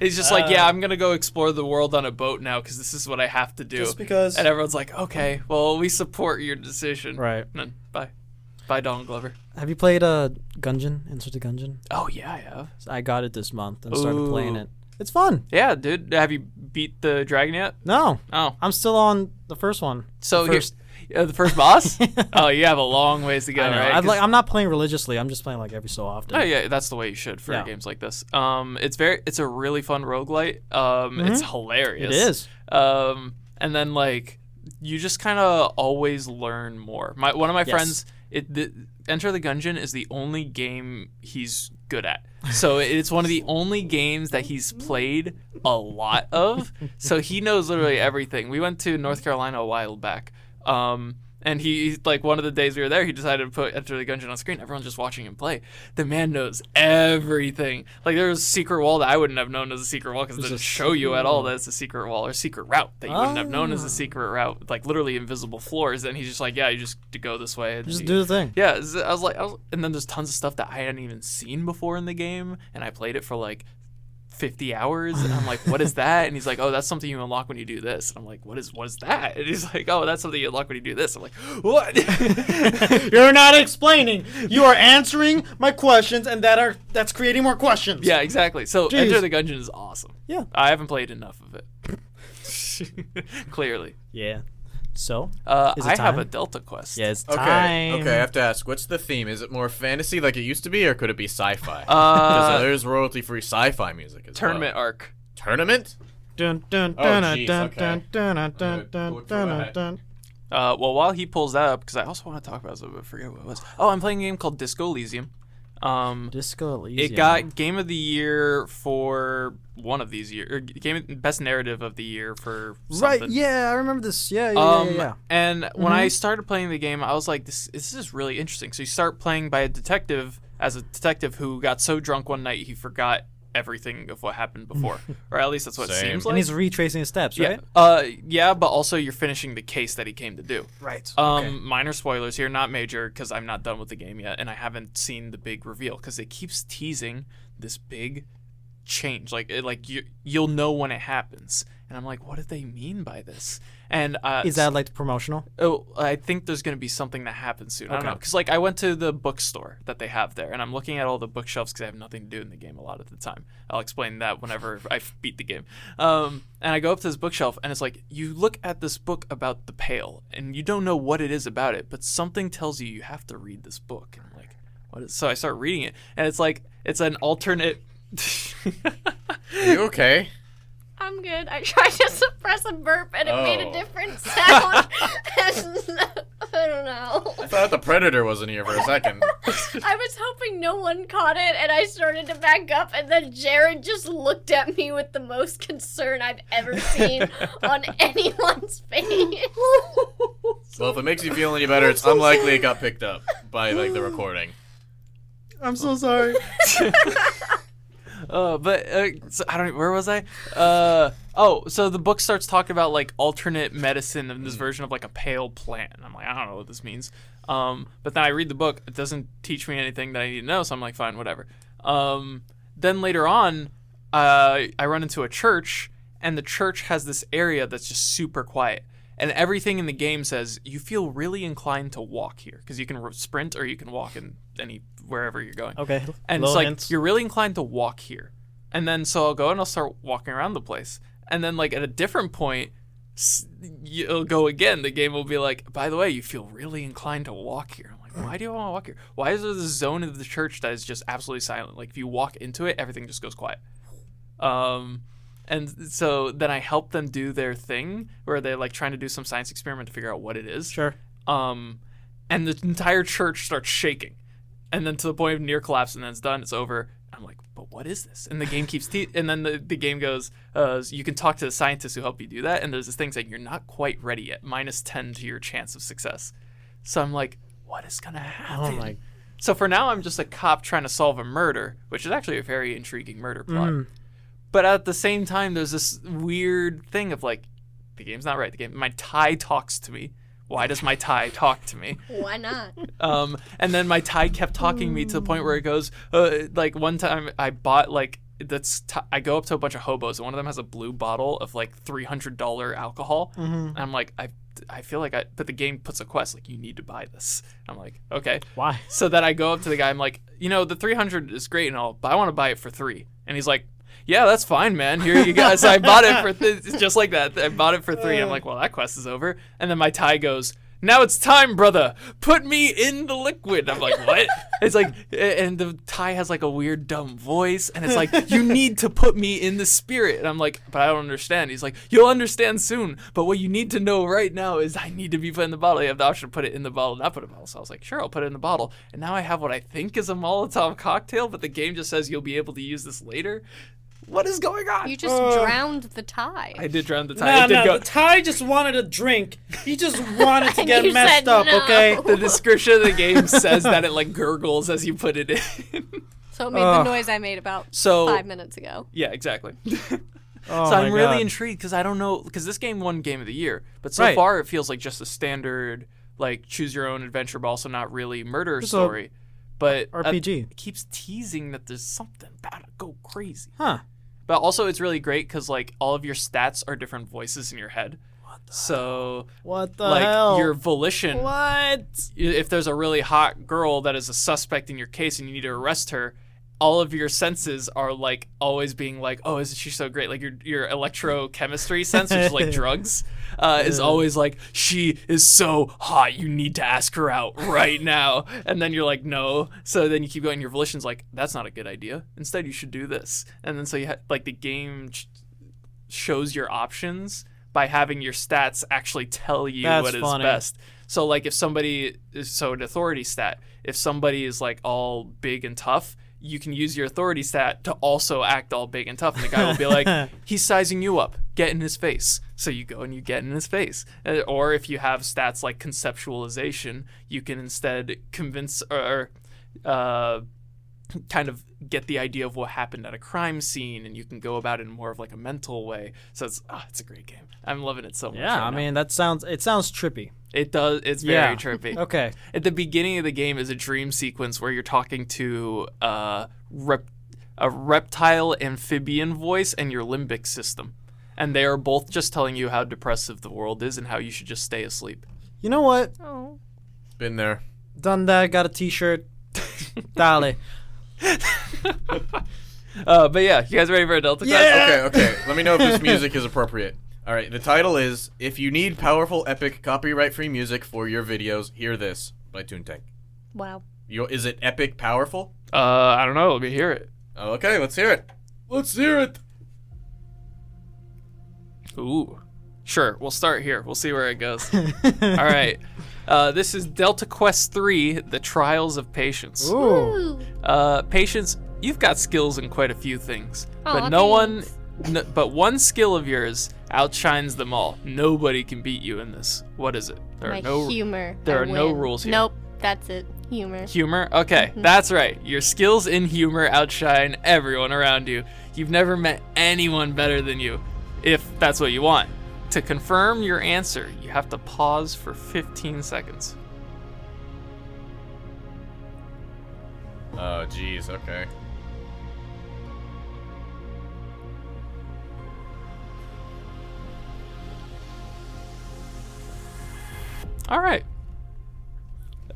[SPEAKER 1] He's just like,
[SPEAKER 2] Uh,
[SPEAKER 1] yeah, I'm gonna go explore the world on a boat now because this is what I have to do.
[SPEAKER 2] Just because-
[SPEAKER 1] And everyone's like, okay, well, we support your decision.
[SPEAKER 2] Right.
[SPEAKER 1] And then, bye, bye, Donald Glover.
[SPEAKER 2] Have you played uh Gungeon? Enter the Gungeon.
[SPEAKER 1] Oh yeah, I have.
[SPEAKER 2] I got it this month and started
[SPEAKER 1] Ooh.
[SPEAKER 2] playing it. It's fun.
[SPEAKER 1] Yeah, dude, have you beat the dragon yet?
[SPEAKER 2] No,
[SPEAKER 1] Oh,
[SPEAKER 2] I'm still on the first one.
[SPEAKER 1] so
[SPEAKER 2] the
[SPEAKER 1] here-
[SPEAKER 2] first.
[SPEAKER 1] *laughs* uh, the first
[SPEAKER 2] *laughs*
[SPEAKER 1] boss. oh, you have a long ways to go,
[SPEAKER 2] I know.
[SPEAKER 1] right?
[SPEAKER 2] I'm,
[SPEAKER 1] 'Cause-
[SPEAKER 2] like, I'm not playing religiously. I'm just playing like every so often.
[SPEAKER 1] Oh yeah, that's the way you should for
[SPEAKER 2] Yeah.
[SPEAKER 1] games like this. Um, it's very, it's a really fun roguelite. Um, it's
[SPEAKER 2] Mm-hmm. It
[SPEAKER 1] hilarious.
[SPEAKER 2] is.
[SPEAKER 1] Um, and then like you just kind of always learn more. My one of my
[SPEAKER 2] Yes.
[SPEAKER 1] friends, it the, Enter the Gungeon is the only game he's good at. So it's one of the only games that he's played a lot of. So he knows literally everything. We went to North Carolina a while back. Um, And he like one of the days we were there, he decided to put Enter the Gungeon on screen. Everyone's just watching him play. The man knows everything. Like there was a secret wall that I wouldn't have known as a secret wall because it
[SPEAKER 2] There's
[SPEAKER 1] didn't
[SPEAKER 2] a
[SPEAKER 1] show you at all that it's a secret wall or secret route that you wouldn't have known as
[SPEAKER 2] Ah.
[SPEAKER 1] a secret route. Like literally invisible floors. And he's just like, yeah, you just to go this way. And
[SPEAKER 2] Just
[SPEAKER 1] you-
[SPEAKER 2] do the thing.
[SPEAKER 1] yeah, it's- I was like, I was, and then there's tons of stuff that I hadn't even seen before in the game, and I played it for like 50 hours, and I'm like, what is that? And he's like, oh, that's something you unlock when you do this. And I'm like, what is what is that? And he's like, oh, that's something you unlock when you do this. I'm like, *gasps* what?
[SPEAKER 2] *laughs* You're not explaining. You are answering my questions, and that are that's creating more questions.
[SPEAKER 1] yeah, exactly. So
[SPEAKER 2] Jeez.
[SPEAKER 1] Enter the Gungeon is awesome.
[SPEAKER 2] Yeah.
[SPEAKER 1] I haven't played enough of it.
[SPEAKER 2] *laughs*
[SPEAKER 1] *laughs* Clearly,
[SPEAKER 2] Yeah. So
[SPEAKER 1] uh,
[SPEAKER 2] Is it
[SPEAKER 1] I have a
[SPEAKER 2] time?
[SPEAKER 1] Delta Quest.
[SPEAKER 2] yeah, it's
[SPEAKER 3] Okay.
[SPEAKER 2] time.
[SPEAKER 3] Okay, I have to ask, what's the theme? Is it more fantasy like it used to be, or could it be sci-fi?
[SPEAKER 1] Uh,
[SPEAKER 3] there's royalty-free sci-fi music as
[SPEAKER 1] Tournament
[SPEAKER 3] well.
[SPEAKER 1] arc.
[SPEAKER 3] Tournament.
[SPEAKER 2] Dun dun
[SPEAKER 3] Oh,
[SPEAKER 2] dun
[SPEAKER 3] jeez,
[SPEAKER 2] dun
[SPEAKER 3] okay.
[SPEAKER 2] dun dun dun dun
[SPEAKER 3] gonna
[SPEAKER 2] dun
[SPEAKER 3] look for
[SPEAKER 2] dun
[SPEAKER 3] that.
[SPEAKER 2] dun.
[SPEAKER 1] Uh, well, while he pulls that up, because I also want to talk about something, but I forget what it was. Oh, I'm playing a game called Disco Elysium. Um,
[SPEAKER 2] Disco Elysium.
[SPEAKER 1] it got Game of the Year for one of these years, game Best Narrative of the Year for
[SPEAKER 2] right.
[SPEAKER 1] something.
[SPEAKER 2] Yeah, I remember this. Yeah,
[SPEAKER 1] Um,
[SPEAKER 2] yeah, yeah, Mm-hmm. yeah.
[SPEAKER 1] and when I started playing the game, I was like, this, this is really interesting. So you start playing by a detective as a detective who got so drunk one night he forgot everything of what happened
[SPEAKER 2] *laughs*
[SPEAKER 1] before, or at least that's what
[SPEAKER 3] Same.
[SPEAKER 1] it seems
[SPEAKER 2] And
[SPEAKER 1] like.
[SPEAKER 2] he's retracing his steps,
[SPEAKER 1] Yeah,
[SPEAKER 2] right?
[SPEAKER 1] uh, yeah, but also you're finishing the case that he came to do.
[SPEAKER 2] Right.
[SPEAKER 1] Um, minor spoilers here, not major, because I'm not done with the game yet, and I haven't seen the big reveal because it keeps teasing this big change. Like, it, like you, you'll know when it happens, and I'm like, what do they mean by this? And uh,
[SPEAKER 2] Is that like promotional?
[SPEAKER 1] Oh, I think there's going to be something that happens soon. I don't
[SPEAKER 2] Okay.
[SPEAKER 1] know. Because, like, I went to the bookstore that they have there, and I'm looking at all the bookshelves because I have nothing to do in the game a lot of the time. I'll explain that whenever I beat the game. Um, and I go up to this bookshelf, and it's like, you look at this book about the pail, and you don't know what it is about it, but something tells you you have to read this book. And I'm like, what is. So I start reading it, and it's like, it's an alternate. *laughs*
[SPEAKER 3] Are you okay?
[SPEAKER 4] I'm good. I *laughs* tried to suppress a burp and it made a
[SPEAKER 3] Oh.
[SPEAKER 4] different sound. *laughs* And I don't know.
[SPEAKER 3] I thought the predator wasn't here for a
[SPEAKER 1] *laughs*
[SPEAKER 3] second.
[SPEAKER 4] I was hoping no one caught it and I started to back up and then Jared just looked at me with the most concern I've ever
[SPEAKER 1] *laughs*
[SPEAKER 4] seen on anyone's face.
[SPEAKER 3] well, if it makes you feel any better, it's unlikely it got picked up by like the recording.
[SPEAKER 2] I'm so sorry.
[SPEAKER 1] Uh, but uh, so I don't. Where was I? Uh, oh, so the book starts talking about like alternate medicine and this version of like a pale plant. And I'm like, I don't know what this means. Um, but then I read the book. It doesn't teach me anything that I need to know. So I'm like, fine, whatever. Um, then later on, uh, I run into a church, and the church has this area that's just super quiet. And everything in the game says you feel really inclined to walk here because you can r sprint or you can walk in any wherever you're going
[SPEAKER 2] *laughs* okay.
[SPEAKER 1] and it's
[SPEAKER 2] Little
[SPEAKER 1] like
[SPEAKER 2] hints.
[SPEAKER 1] you're really inclined to walk here and then so i'll go and i'll start walking around the place and then like at a different point s- you'll go again the game will be like by the way you feel really inclined to walk here i'm like why do i want to walk here why is there this zone of the church that is just absolutely silent like if you walk into it everything just goes quiet um and so then i help them do their thing where they're like trying to do some science experiment to figure out what it is
[SPEAKER 2] sure.
[SPEAKER 1] um, and the entire church starts shaking, and then to the point of near collapse, and then it's done, it's over. I'm like, but what is this? And the game keeps, te- and then the, the game goes, uh, you can talk to the scientists who help you do that, and there's this thing saying you're not quite ready yet, minus ten to your chance of success. So I'm like, what is gonna happen?
[SPEAKER 2] Oh my.
[SPEAKER 1] So for now, I'm just a cop trying to solve a murder, which is actually a very intriguing murder plot. But at the same time, there's this weird thing of like, the game's not right. The game, my tie talks to me. Why does my tie talk to me?
[SPEAKER 4] Why not?
[SPEAKER 1] Um, and then my tie kept talking to me to the point where it goes, uh, like one time I bought like that's t- I go up to a bunch of hobos and one of them has a blue bottle of like three hundred dollar alcohol. And I'm like, I I feel like I, but the game puts a quest like you need to buy this. I'm like, okay.
[SPEAKER 2] Why?
[SPEAKER 1] *laughs* So then I go up to the guy. I'm like, you know, the 300 is great and all, but I want to buy it for three. And he's like, yeah, that's fine, man. Here you go. So I bought it for th- it's just like that. I bought it for three. I'm like, well, that quest is over. And then my tie goes, now it's time, brother. Put me in the liquid. I'm like, what? It's like, a- and the tie has like a weird dumb voice, and it's
[SPEAKER 2] *laughs*
[SPEAKER 1] like, you need to put me in the spirit. And I'm like, but I don't understand. He's like, you'll understand soon. But what you need to know right now is I need to be put in the bottle. You have the option to put it in the bottle, not put it in the bottle. So I was like, sure, I'll put it in the bottle. And now I have what I think is a Molotov cocktail, but the game just says you'll be able to use this later. What is going on? Oh,
[SPEAKER 4] You just
[SPEAKER 2] Uh,
[SPEAKER 4] drowned the tie.
[SPEAKER 1] I did drown the tide.
[SPEAKER 2] No,
[SPEAKER 1] I did
[SPEAKER 2] no,
[SPEAKER 1] go.
[SPEAKER 2] the Ty just wanted a drink. He just wanted *laughs* to
[SPEAKER 4] And
[SPEAKER 2] get
[SPEAKER 4] you
[SPEAKER 2] messed
[SPEAKER 4] said
[SPEAKER 2] up,
[SPEAKER 4] no.
[SPEAKER 2] okay?
[SPEAKER 1] *laughs* the description of the game says that it like gurgles as you put it in. *laughs*
[SPEAKER 4] so it made
[SPEAKER 2] Ugh.
[SPEAKER 4] the noise I made about
[SPEAKER 1] uh, So-
[SPEAKER 4] five minutes ago.
[SPEAKER 1] yeah, exactly.
[SPEAKER 2] Oh
[SPEAKER 1] so I'm
[SPEAKER 2] my
[SPEAKER 1] really
[SPEAKER 2] God.
[SPEAKER 1] intrigued because I don't know because this game won Game of the Year, but so
[SPEAKER 2] Right.
[SPEAKER 1] far it feels like just a standard like choose your own adventure, but also not really murder
[SPEAKER 2] Just a
[SPEAKER 1] story. But uh,
[SPEAKER 2] RPG.
[SPEAKER 1] it keeps teasing that there's something about to go crazy.
[SPEAKER 2] Huh.
[SPEAKER 1] But also it's really great because like all of your stats are different voices in your head. What the so
[SPEAKER 2] What the
[SPEAKER 1] like
[SPEAKER 2] hell?
[SPEAKER 1] your volition
[SPEAKER 2] what?
[SPEAKER 1] if there's a really hot girl that is a suspect in your case and you need to arrest her, all of your senses are like always being like, oh, isn't she so great? Like your your electrochemistry sense, which is like drugs, uh, is always like, she is so hot. You need to ask her out right now. And then you're like, no. So then you keep going. Your volition's like, that's not a good idea. Instead, you should do this. And then so you ha- like the game ch- shows your options by having your stats actually tell you
[SPEAKER 2] That's
[SPEAKER 1] what is
[SPEAKER 2] funny.
[SPEAKER 1] best. So like if somebody is so an authority stat, if somebody is like all big and tough, you can use your authority stat to also act all big and tough. And the guy will be
[SPEAKER 2] *laughs*
[SPEAKER 1] like, he's sizing you up. Get in his face. So you go and you get in his face. Uh, Or if you have stats like conceptualization, you can instead convince or uh, kind of get the idea of what happened at a crime scene, and you can go about it in more of like a mental way. So it's ah, it's a great game. I'm loving it so much.
[SPEAKER 2] Yeah,
[SPEAKER 1] right
[SPEAKER 2] I
[SPEAKER 1] now.
[SPEAKER 2] mean that sounds it sounds trippy.
[SPEAKER 1] it does. It's very
[SPEAKER 2] Yeah.
[SPEAKER 1] trippy.
[SPEAKER 2] *laughs* Okay.
[SPEAKER 1] At the beginning of the game is a dream sequence where you're talking to uh, rep- a reptile amphibian voice and your limbic system. And they are both just telling you how depressive the world is and how you should just stay asleep.
[SPEAKER 2] You know what?
[SPEAKER 4] Oh.
[SPEAKER 3] Been there.
[SPEAKER 2] Done that, got a t *laughs* shirt. Dale.
[SPEAKER 1] Uh, but yeah, you guys ready for a Delta Quest?
[SPEAKER 2] Yeah!
[SPEAKER 3] Okay, okay. Let me know if this music is appropriate. All right, the title is If You Need Powerful Epic Copyright Free Music for Your Videos, Hear This by Toontank.
[SPEAKER 4] Wow.
[SPEAKER 3] You, is it epic powerful?
[SPEAKER 1] Uh, I don't know. Let me hear it.
[SPEAKER 3] Oh, Okay, let's hear it. Let's hear it.
[SPEAKER 1] Ooh. Sure, we'll start here. We'll see where it goes. All right. Uh, this is Delta Quest 3 The Trials of Patience.
[SPEAKER 2] Ooh.
[SPEAKER 4] Ooh.
[SPEAKER 1] Uh, patience, you've got skills in quite a few things, but
[SPEAKER 4] Aw,
[SPEAKER 1] no
[SPEAKER 4] thanks.
[SPEAKER 1] one, n but one skill of yours outshines them all. Nobody can beat you in this. What is it? There
[SPEAKER 4] My
[SPEAKER 1] are no
[SPEAKER 4] humor.
[SPEAKER 1] there
[SPEAKER 4] I
[SPEAKER 1] are no
[SPEAKER 4] win.
[SPEAKER 1] rules here.
[SPEAKER 4] Nope. That's it. Humor.
[SPEAKER 1] humor. Okay, that's right. Your skills in humor outshine everyone around you. You've never met anyone better than you, if that's what you want. To confirm your answer, you have to pause for 15 seconds.
[SPEAKER 3] Oh, jeez, okay.
[SPEAKER 1] All right.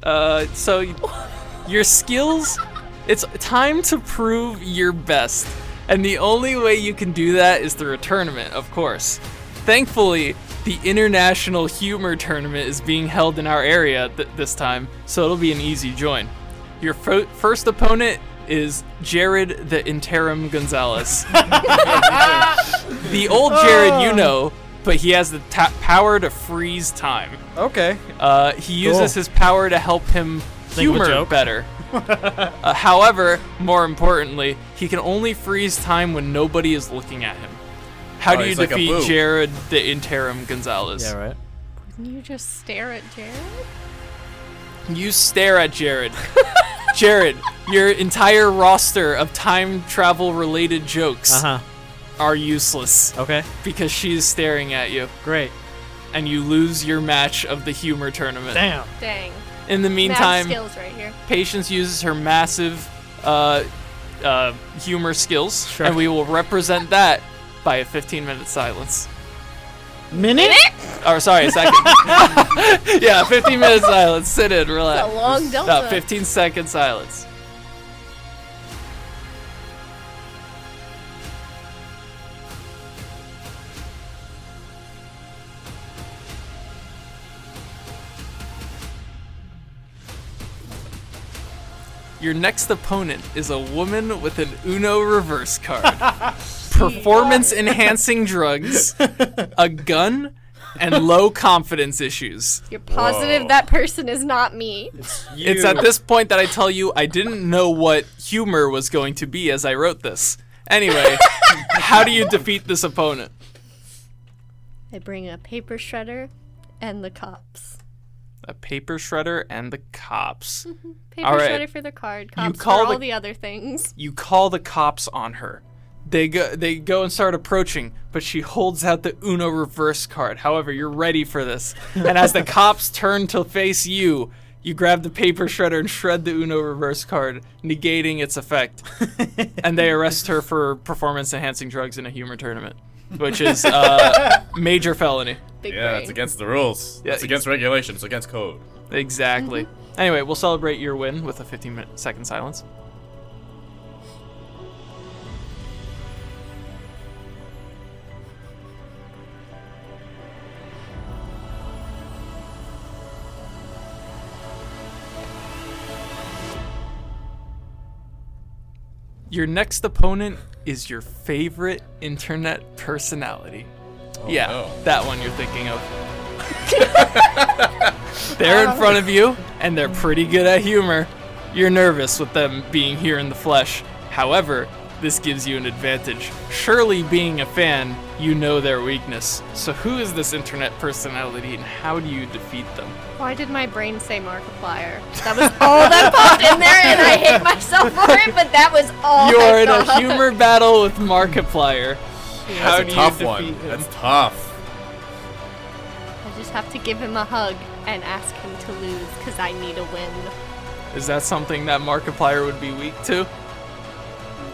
[SPEAKER 1] Uh, so y- your skills, it's time to prove your best. And the only way you can do that is through a tournament, of course. Thankfully, the International Humor Tournament is being held in our area th- this time, so it'll be an easy join. Your fo- first opponent is Jared the Interim Gonzalez. the old Jared you know, but he has the ta- power to freeze time.
[SPEAKER 2] Okay.
[SPEAKER 1] Uh, he uses
[SPEAKER 2] Cool.
[SPEAKER 1] his power to help him
[SPEAKER 2] of a
[SPEAKER 1] humor
[SPEAKER 2] joke. *laughs*
[SPEAKER 1] better. Uh, however, more importantly, he can only freeze time when nobody is looking at him. How
[SPEAKER 3] Oh,
[SPEAKER 1] do you
[SPEAKER 3] he's like a
[SPEAKER 1] defeat
[SPEAKER 3] boo.
[SPEAKER 1] Jared the interim Gonzalez?
[SPEAKER 2] Yeah, right.
[SPEAKER 4] Can you just stare at Jared?
[SPEAKER 1] You stare at Jared. Jared, your entire roster of time travel related jokes
[SPEAKER 2] Uh huh.
[SPEAKER 1] are useless
[SPEAKER 2] Okay.
[SPEAKER 1] because she is staring at you,
[SPEAKER 2] Great.
[SPEAKER 1] and you lose your match of the humor tournament.
[SPEAKER 2] Damn.
[SPEAKER 4] Dang.
[SPEAKER 1] In the
[SPEAKER 4] Mad
[SPEAKER 1] meantime,
[SPEAKER 4] skills right here.
[SPEAKER 1] Patience uses her massive uh, uh, humor skills,
[SPEAKER 2] Sure.
[SPEAKER 1] and we will represent that by a 15 minute silence.
[SPEAKER 2] Minute?
[SPEAKER 1] Or, sorry, a second. *laughs* yeah, 15 minute silence. Sit in, relax.
[SPEAKER 4] A long delta.
[SPEAKER 1] No, 15 second silence. Your next opponent is a woman with an Uno reverse card, performance enhancing drugs, a gun, and low confidence issues.
[SPEAKER 4] You're positive
[SPEAKER 3] Whoa.
[SPEAKER 4] that person is not me.
[SPEAKER 1] It's at this point that I tell you I didn't know what humor was going to be as I wrote this. Anyway, how do you defeat this opponent?
[SPEAKER 4] I bring a paper shredder and the cops.
[SPEAKER 1] A paper shredder and the cops.
[SPEAKER 4] Paper
[SPEAKER 1] All right.
[SPEAKER 4] shredder for the card. Cops
[SPEAKER 1] call
[SPEAKER 4] for all
[SPEAKER 1] the-
[SPEAKER 4] the... other things.
[SPEAKER 1] You call the cops on her. They go, they go and start approaching, but she holds out the Uno reverse card. However, you're ready for this. And as the cops turn to face you, you grab the paper shredder and shred the Uno reverse card, negating its effect. and they arrest her for performance enhancing drugs in a humor tournament, which is uh, major felony.
[SPEAKER 4] Big
[SPEAKER 3] Yeah,
[SPEAKER 4] brain.
[SPEAKER 3] it's against the rules.
[SPEAKER 1] Yeah,
[SPEAKER 3] it's against regulation. It's against code.
[SPEAKER 1] Exactly. Anyway, we'll celebrate your win with a 15 minute second silence. Your next opponent is your favorite internet personality. yeah,
[SPEAKER 3] Oh, no.
[SPEAKER 1] that one you're thinking
[SPEAKER 3] *laughs*
[SPEAKER 1] of. They're
[SPEAKER 3] Uh.
[SPEAKER 1] in front of you, and they're pretty good at humor. You're nervous with them being here in the flesh. However, this gives you an advantage. Surely, being a fan, you know their weakness. So, who is this internet personality, and how do you defeat them?
[SPEAKER 4] Why did my brain say Markiplier? That *laughs* was all that popped in there, and I *laughs* hate myself for it, but that was all
[SPEAKER 1] you
[SPEAKER 4] I
[SPEAKER 1] are in a
[SPEAKER 4] thought.
[SPEAKER 1] humor battle with Markiplier. How
[SPEAKER 3] That's a
[SPEAKER 1] do you
[SPEAKER 3] tough
[SPEAKER 1] defeat
[SPEAKER 3] one.
[SPEAKER 1] him?
[SPEAKER 3] That's tough.
[SPEAKER 4] *laughs* I just have to give him a hug and ask him to lose, because I need a win.
[SPEAKER 1] Is that something that Markiplier would be weak to?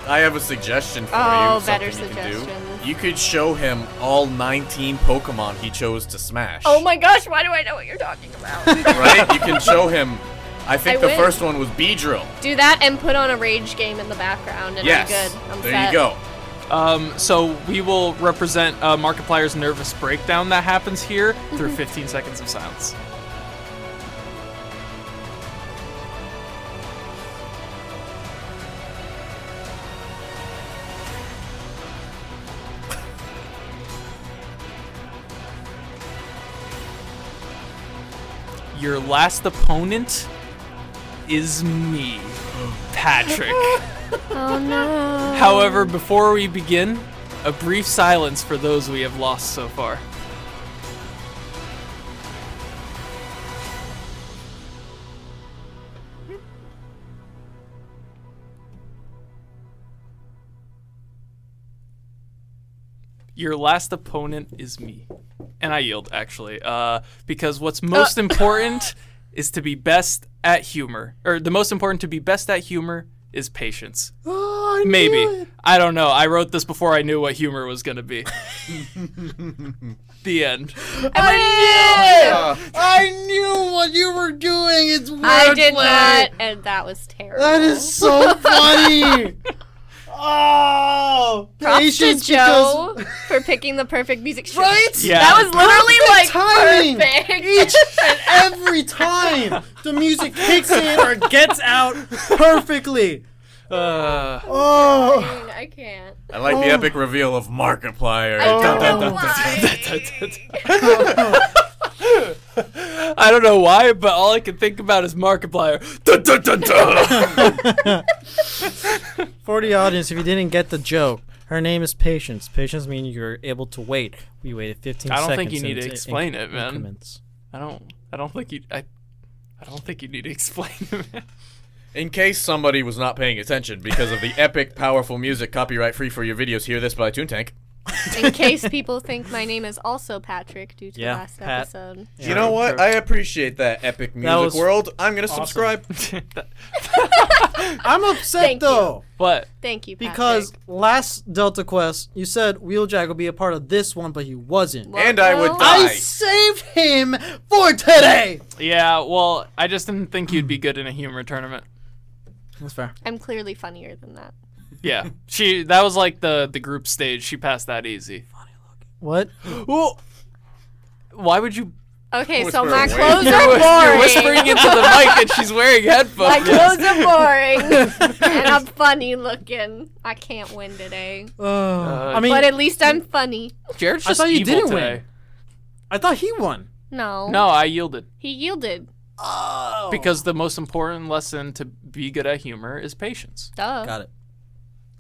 [SPEAKER 3] I have a suggestion for you.
[SPEAKER 4] Oh,
[SPEAKER 3] of
[SPEAKER 4] better
[SPEAKER 3] something You, can
[SPEAKER 4] suggestions.
[SPEAKER 3] do. you could show him all 19 Pokemon he chose to smash.
[SPEAKER 4] Oh my gosh, why do I know what you're talking
[SPEAKER 1] *laughs*
[SPEAKER 4] about?
[SPEAKER 3] *laughs* Right? You can show him. I think
[SPEAKER 4] I
[SPEAKER 3] the
[SPEAKER 4] win.
[SPEAKER 3] first one was Beedrill.
[SPEAKER 4] Do that and put on a rage game in the background, and I'm
[SPEAKER 3] Yes.
[SPEAKER 4] good. I'm
[SPEAKER 3] there
[SPEAKER 4] set.
[SPEAKER 3] you go.
[SPEAKER 1] Um, so we will represent uh, Markiplier's nervous breakdown that happens here through 15 seconds of silence. Your last opponent is me, Patrick.
[SPEAKER 4] Oh no.
[SPEAKER 1] However, before we begin, a brief silence for those we have lost so far. Your last opponent is me. And I yield, actually. Uh, because what's most important is to be best at humor. Or the most important to be best at humor is patience.
[SPEAKER 2] Oh,
[SPEAKER 1] Maybe. I don't know. I wrote this before I knew what humor was going to be. the end.
[SPEAKER 4] I,
[SPEAKER 2] I knew what you were doing. It's wordplay.
[SPEAKER 4] I did not, and that was terrible.
[SPEAKER 2] That is *laughs* so *laughs* funny. oh,
[SPEAKER 4] Props to
[SPEAKER 2] patience
[SPEAKER 4] Joe
[SPEAKER 2] because-
[SPEAKER 4] for picking the perfect music.
[SPEAKER 2] Right?
[SPEAKER 1] Yeah.
[SPEAKER 4] That was literally
[SPEAKER 2] timing.
[SPEAKER 4] like perfect.
[SPEAKER 2] Each and every time the music kicks in or gets out perfectly.
[SPEAKER 1] Uh,
[SPEAKER 2] Oh,
[SPEAKER 4] *laughs* I can't.
[SPEAKER 3] I like the
[SPEAKER 2] Oh.
[SPEAKER 3] epic reveal of Markiplier.
[SPEAKER 4] I
[SPEAKER 3] Dun,
[SPEAKER 4] don't know
[SPEAKER 3] dun, dun, dun.
[SPEAKER 4] why.
[SPEAKER 1] I don't know why, but all I can think about is Markiplier. Dun, dun, dun,
[SPEAKER 2] *laughs*
[SPEAKER 1] dun.
[SPEAKER 2] for the audience, if you didn't get the joke, her name is Patience. Patience means you're able to wait. We waited 15
[SPEAKER 1] I
[SPEAKER 2] seconds.
[SPEAKER 1] don't think you
[SPEAKER 2] in
[SPEAKER 1] need to
[SPEAKER 2] its in-
[SPEAKER 1] explain it, man.
[SPEAKER 2] increments.
[SPEAKER 1] I don't. I don't think you. I. I don't think you need to explain. it.
[SPEAKER 3] In case somebody was not paying attention because *laughs* of the epic, powerful music, copyright free for your videos, hear this by Toontank.
[SPEAKER 4] In case people think my name is also Patrick due to
[SPEAKER 2] Yeah,
[SPEAKER 4] last
[SPEAKER 2] Pat.
[SPEAKER 4] episode.
[SPEAKER 3] You know what? I appreciate that epic music
[SPEAKER 2] was
[SPEAKER 3] world. I'm gonna subscribe.
[SPEAKER 1] *laughs* That-
[SPEAKER 2] I'm upset
[SPEAKER 4] Thank you.
[SPEAKER 2] though.
[SPEAKER 1] what?
[SPEAKER 4] Thank you, Patrick.
[SPEAKER 2] Because last Delta Quest, you said Wheeljack would be a part of this one, but he wasn't.
[SPEAKER 4] Well,
[SPEAKER 3] And I would
[SPEAKER 4] no.
[SPEAKER 3] die.
[SPEAKER 2] I saved him for today.
[SPEAKER 1] Yeah. Well, I just didn't think you'd be good in a humor tournament.
[SPEAKER 2] That's fair.
[SPEAKER 4] I'm clearly funnier than that.
[SPEAKER 1] Yeah. She. That was like the the group stage. She passed that easy.
[SPEAKER 2] What?
[SPEAKER 1] Ooh. Why would you?
[SPEAKER 4] Okay,
[SPEAKER 3] Whisper
[SPEAKER 4] so my
[SPEAKER 3] away.
[SPEAKER 1] *laughs*
[SPEAKER 4] clothes
[SPEAKER 1] You're
[SPEAKER 4] are
[SPEAKER 1] whis- you're
[SPEAKER 4] boring.
[SPEAKER 1] whispering into the mic, and she's wearing
[SPEAKER 4] my
[SPEAKER 1] headphones.
[SPEAKER 4] clothes are boring, and I'm funny looking. I can't win today,
[SPEAKER 2] Uh, I mean,
[SPEAKER 4] but at least I'm funny.
[SPEAKER 1] Jared's
[SPEAKER 2] I
[SPEAKER 1] just
[SPEAKER 2] thought you
[SPEAKER 1] evil
[SPEAKER 2] didn't
[SPEAKER 1] today.
[SPEAKER 2] win. I thought he won.
[SPEAKER 4] No,
[SPEAKER 1] No, I yielded
[SPEAKER 4] he yielded.
[SPEAKER 2] Oh. *laughs*
[SPEAKER 1] because the most important lesson to be good at humor is patience.
[SPEAKER 4] Duh.
[SPEAKER 2] got it.
[SPEAKER 1] *laughs*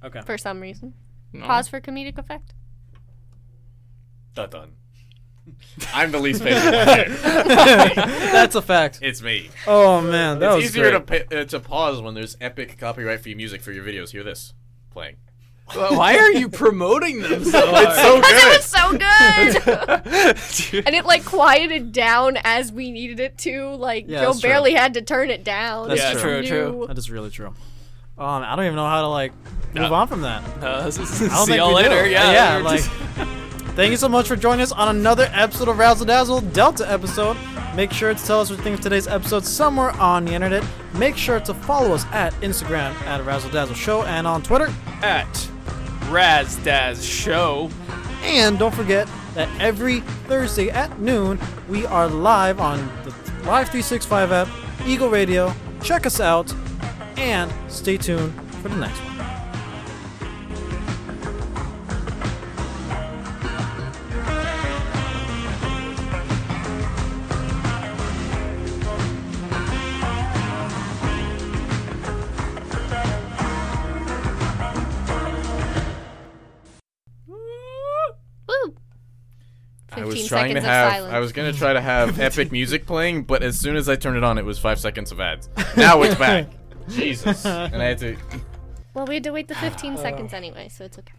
[SPEAKER 2] Okay.
[SPEAKER 4] for some reason.
[SPEAKER 1] No.
[SPEAKER 4] Pause for comedic effect.
[SPEAKER 3] Dun dun. *laughs* I'm the least *laughs* favorite player.
[SPEAKER 2] That's a fact.
[SPEAKER 3] It's me.
[SPEAKER 2] Oh man, that
[SPEAKER 3] it's
[SPEAKER 2] was
[SPEAKER 3] easier
[SPEAKER 2] great.
[SPEAKER 3] to, pa- uh, to pause when there's epic copyright free music for your videos. Hear this playing.
[SPEAKER 1] Why are you promoting them so *laughs* hard?
[SPEAKER 3] It's so
[SPEAKER 4] It
[SPEAKER 3] good.
[SPEAKER 4] was so
[SPEAKER 1] *laughs*
[SPEAKER 4] good.
[SPEAKER 2] Uh,
[SPEAKER 1] Dude.
[SPEAKER 4] and it like quieted down as we needed it to. Like
[SPEAKER 2] Yeah,
[SPEAKER 4] Joe
[SPEAKER 2] that's true.
[SPEAKER 4] barely had to turn it down.
[SPEAKER 2] That's
[SPEAKER 1] Yeah, true. true, true.
[SPEAKER 2] That is really true. Um, I don't even know how to like move
[SPEAKER 1] No.
[SPEAKER 2] on from that.
[SPEAKER 1] Uh,
[SPEAKER 2] I don't
[SPEAKER 1] see
[SPEAKER 2] think
[SPEAKER 1] y'all
[SPEAKER 2] we do.
[SPEAKER 1] later. Yeah,
[SPEAKER 2] yeah.
[SPEAKER 1] we were
[SPEAKER 2] Like,
[SPEAKER 1] just- *laughs*
[SPEAKER 2] thank you so much for joining us on another episode of Razzle Dazzle Delta episode. Make sure to tell us what you think of today's episode somewhere on the internet. Make sure to follow us at Instagram at Razzle Dazzle Show and on Twitter.
[SPEAKER 1] at Raz Daz Show.
[SPEAKER 2] And don't forget that every Thursday at noon we are live on the Live 365 app, Eagle Radio. Check us out and stay tuned for the next one.
[SPEAKER 4] Woo.
[SPEAKER 3] I was
[SPEAKER 4] 15
[SPEAKER 3] trying to
[SPEAKER 4] seconds of
[SPEAKER 3] have.
[SPEAKER 4] silence.
[SPEAKER 3] I was gonna try to have epic music playing, but as soon as I turned it on, it was five seconds of ads. Now it's back. Jesus. And I had to.
[SPEAKER 4] Well, we had to wait
[SPEAKER 2] *sighs*
[SPEAKER 4] the 15 seconds anyway, so it's okay.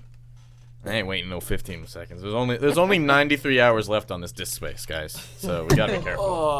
[SPEAKER 3] I ain't waiting no 15 seconds. There's only there's only 93 hours left on this disk space, guys. So we gotta be careful.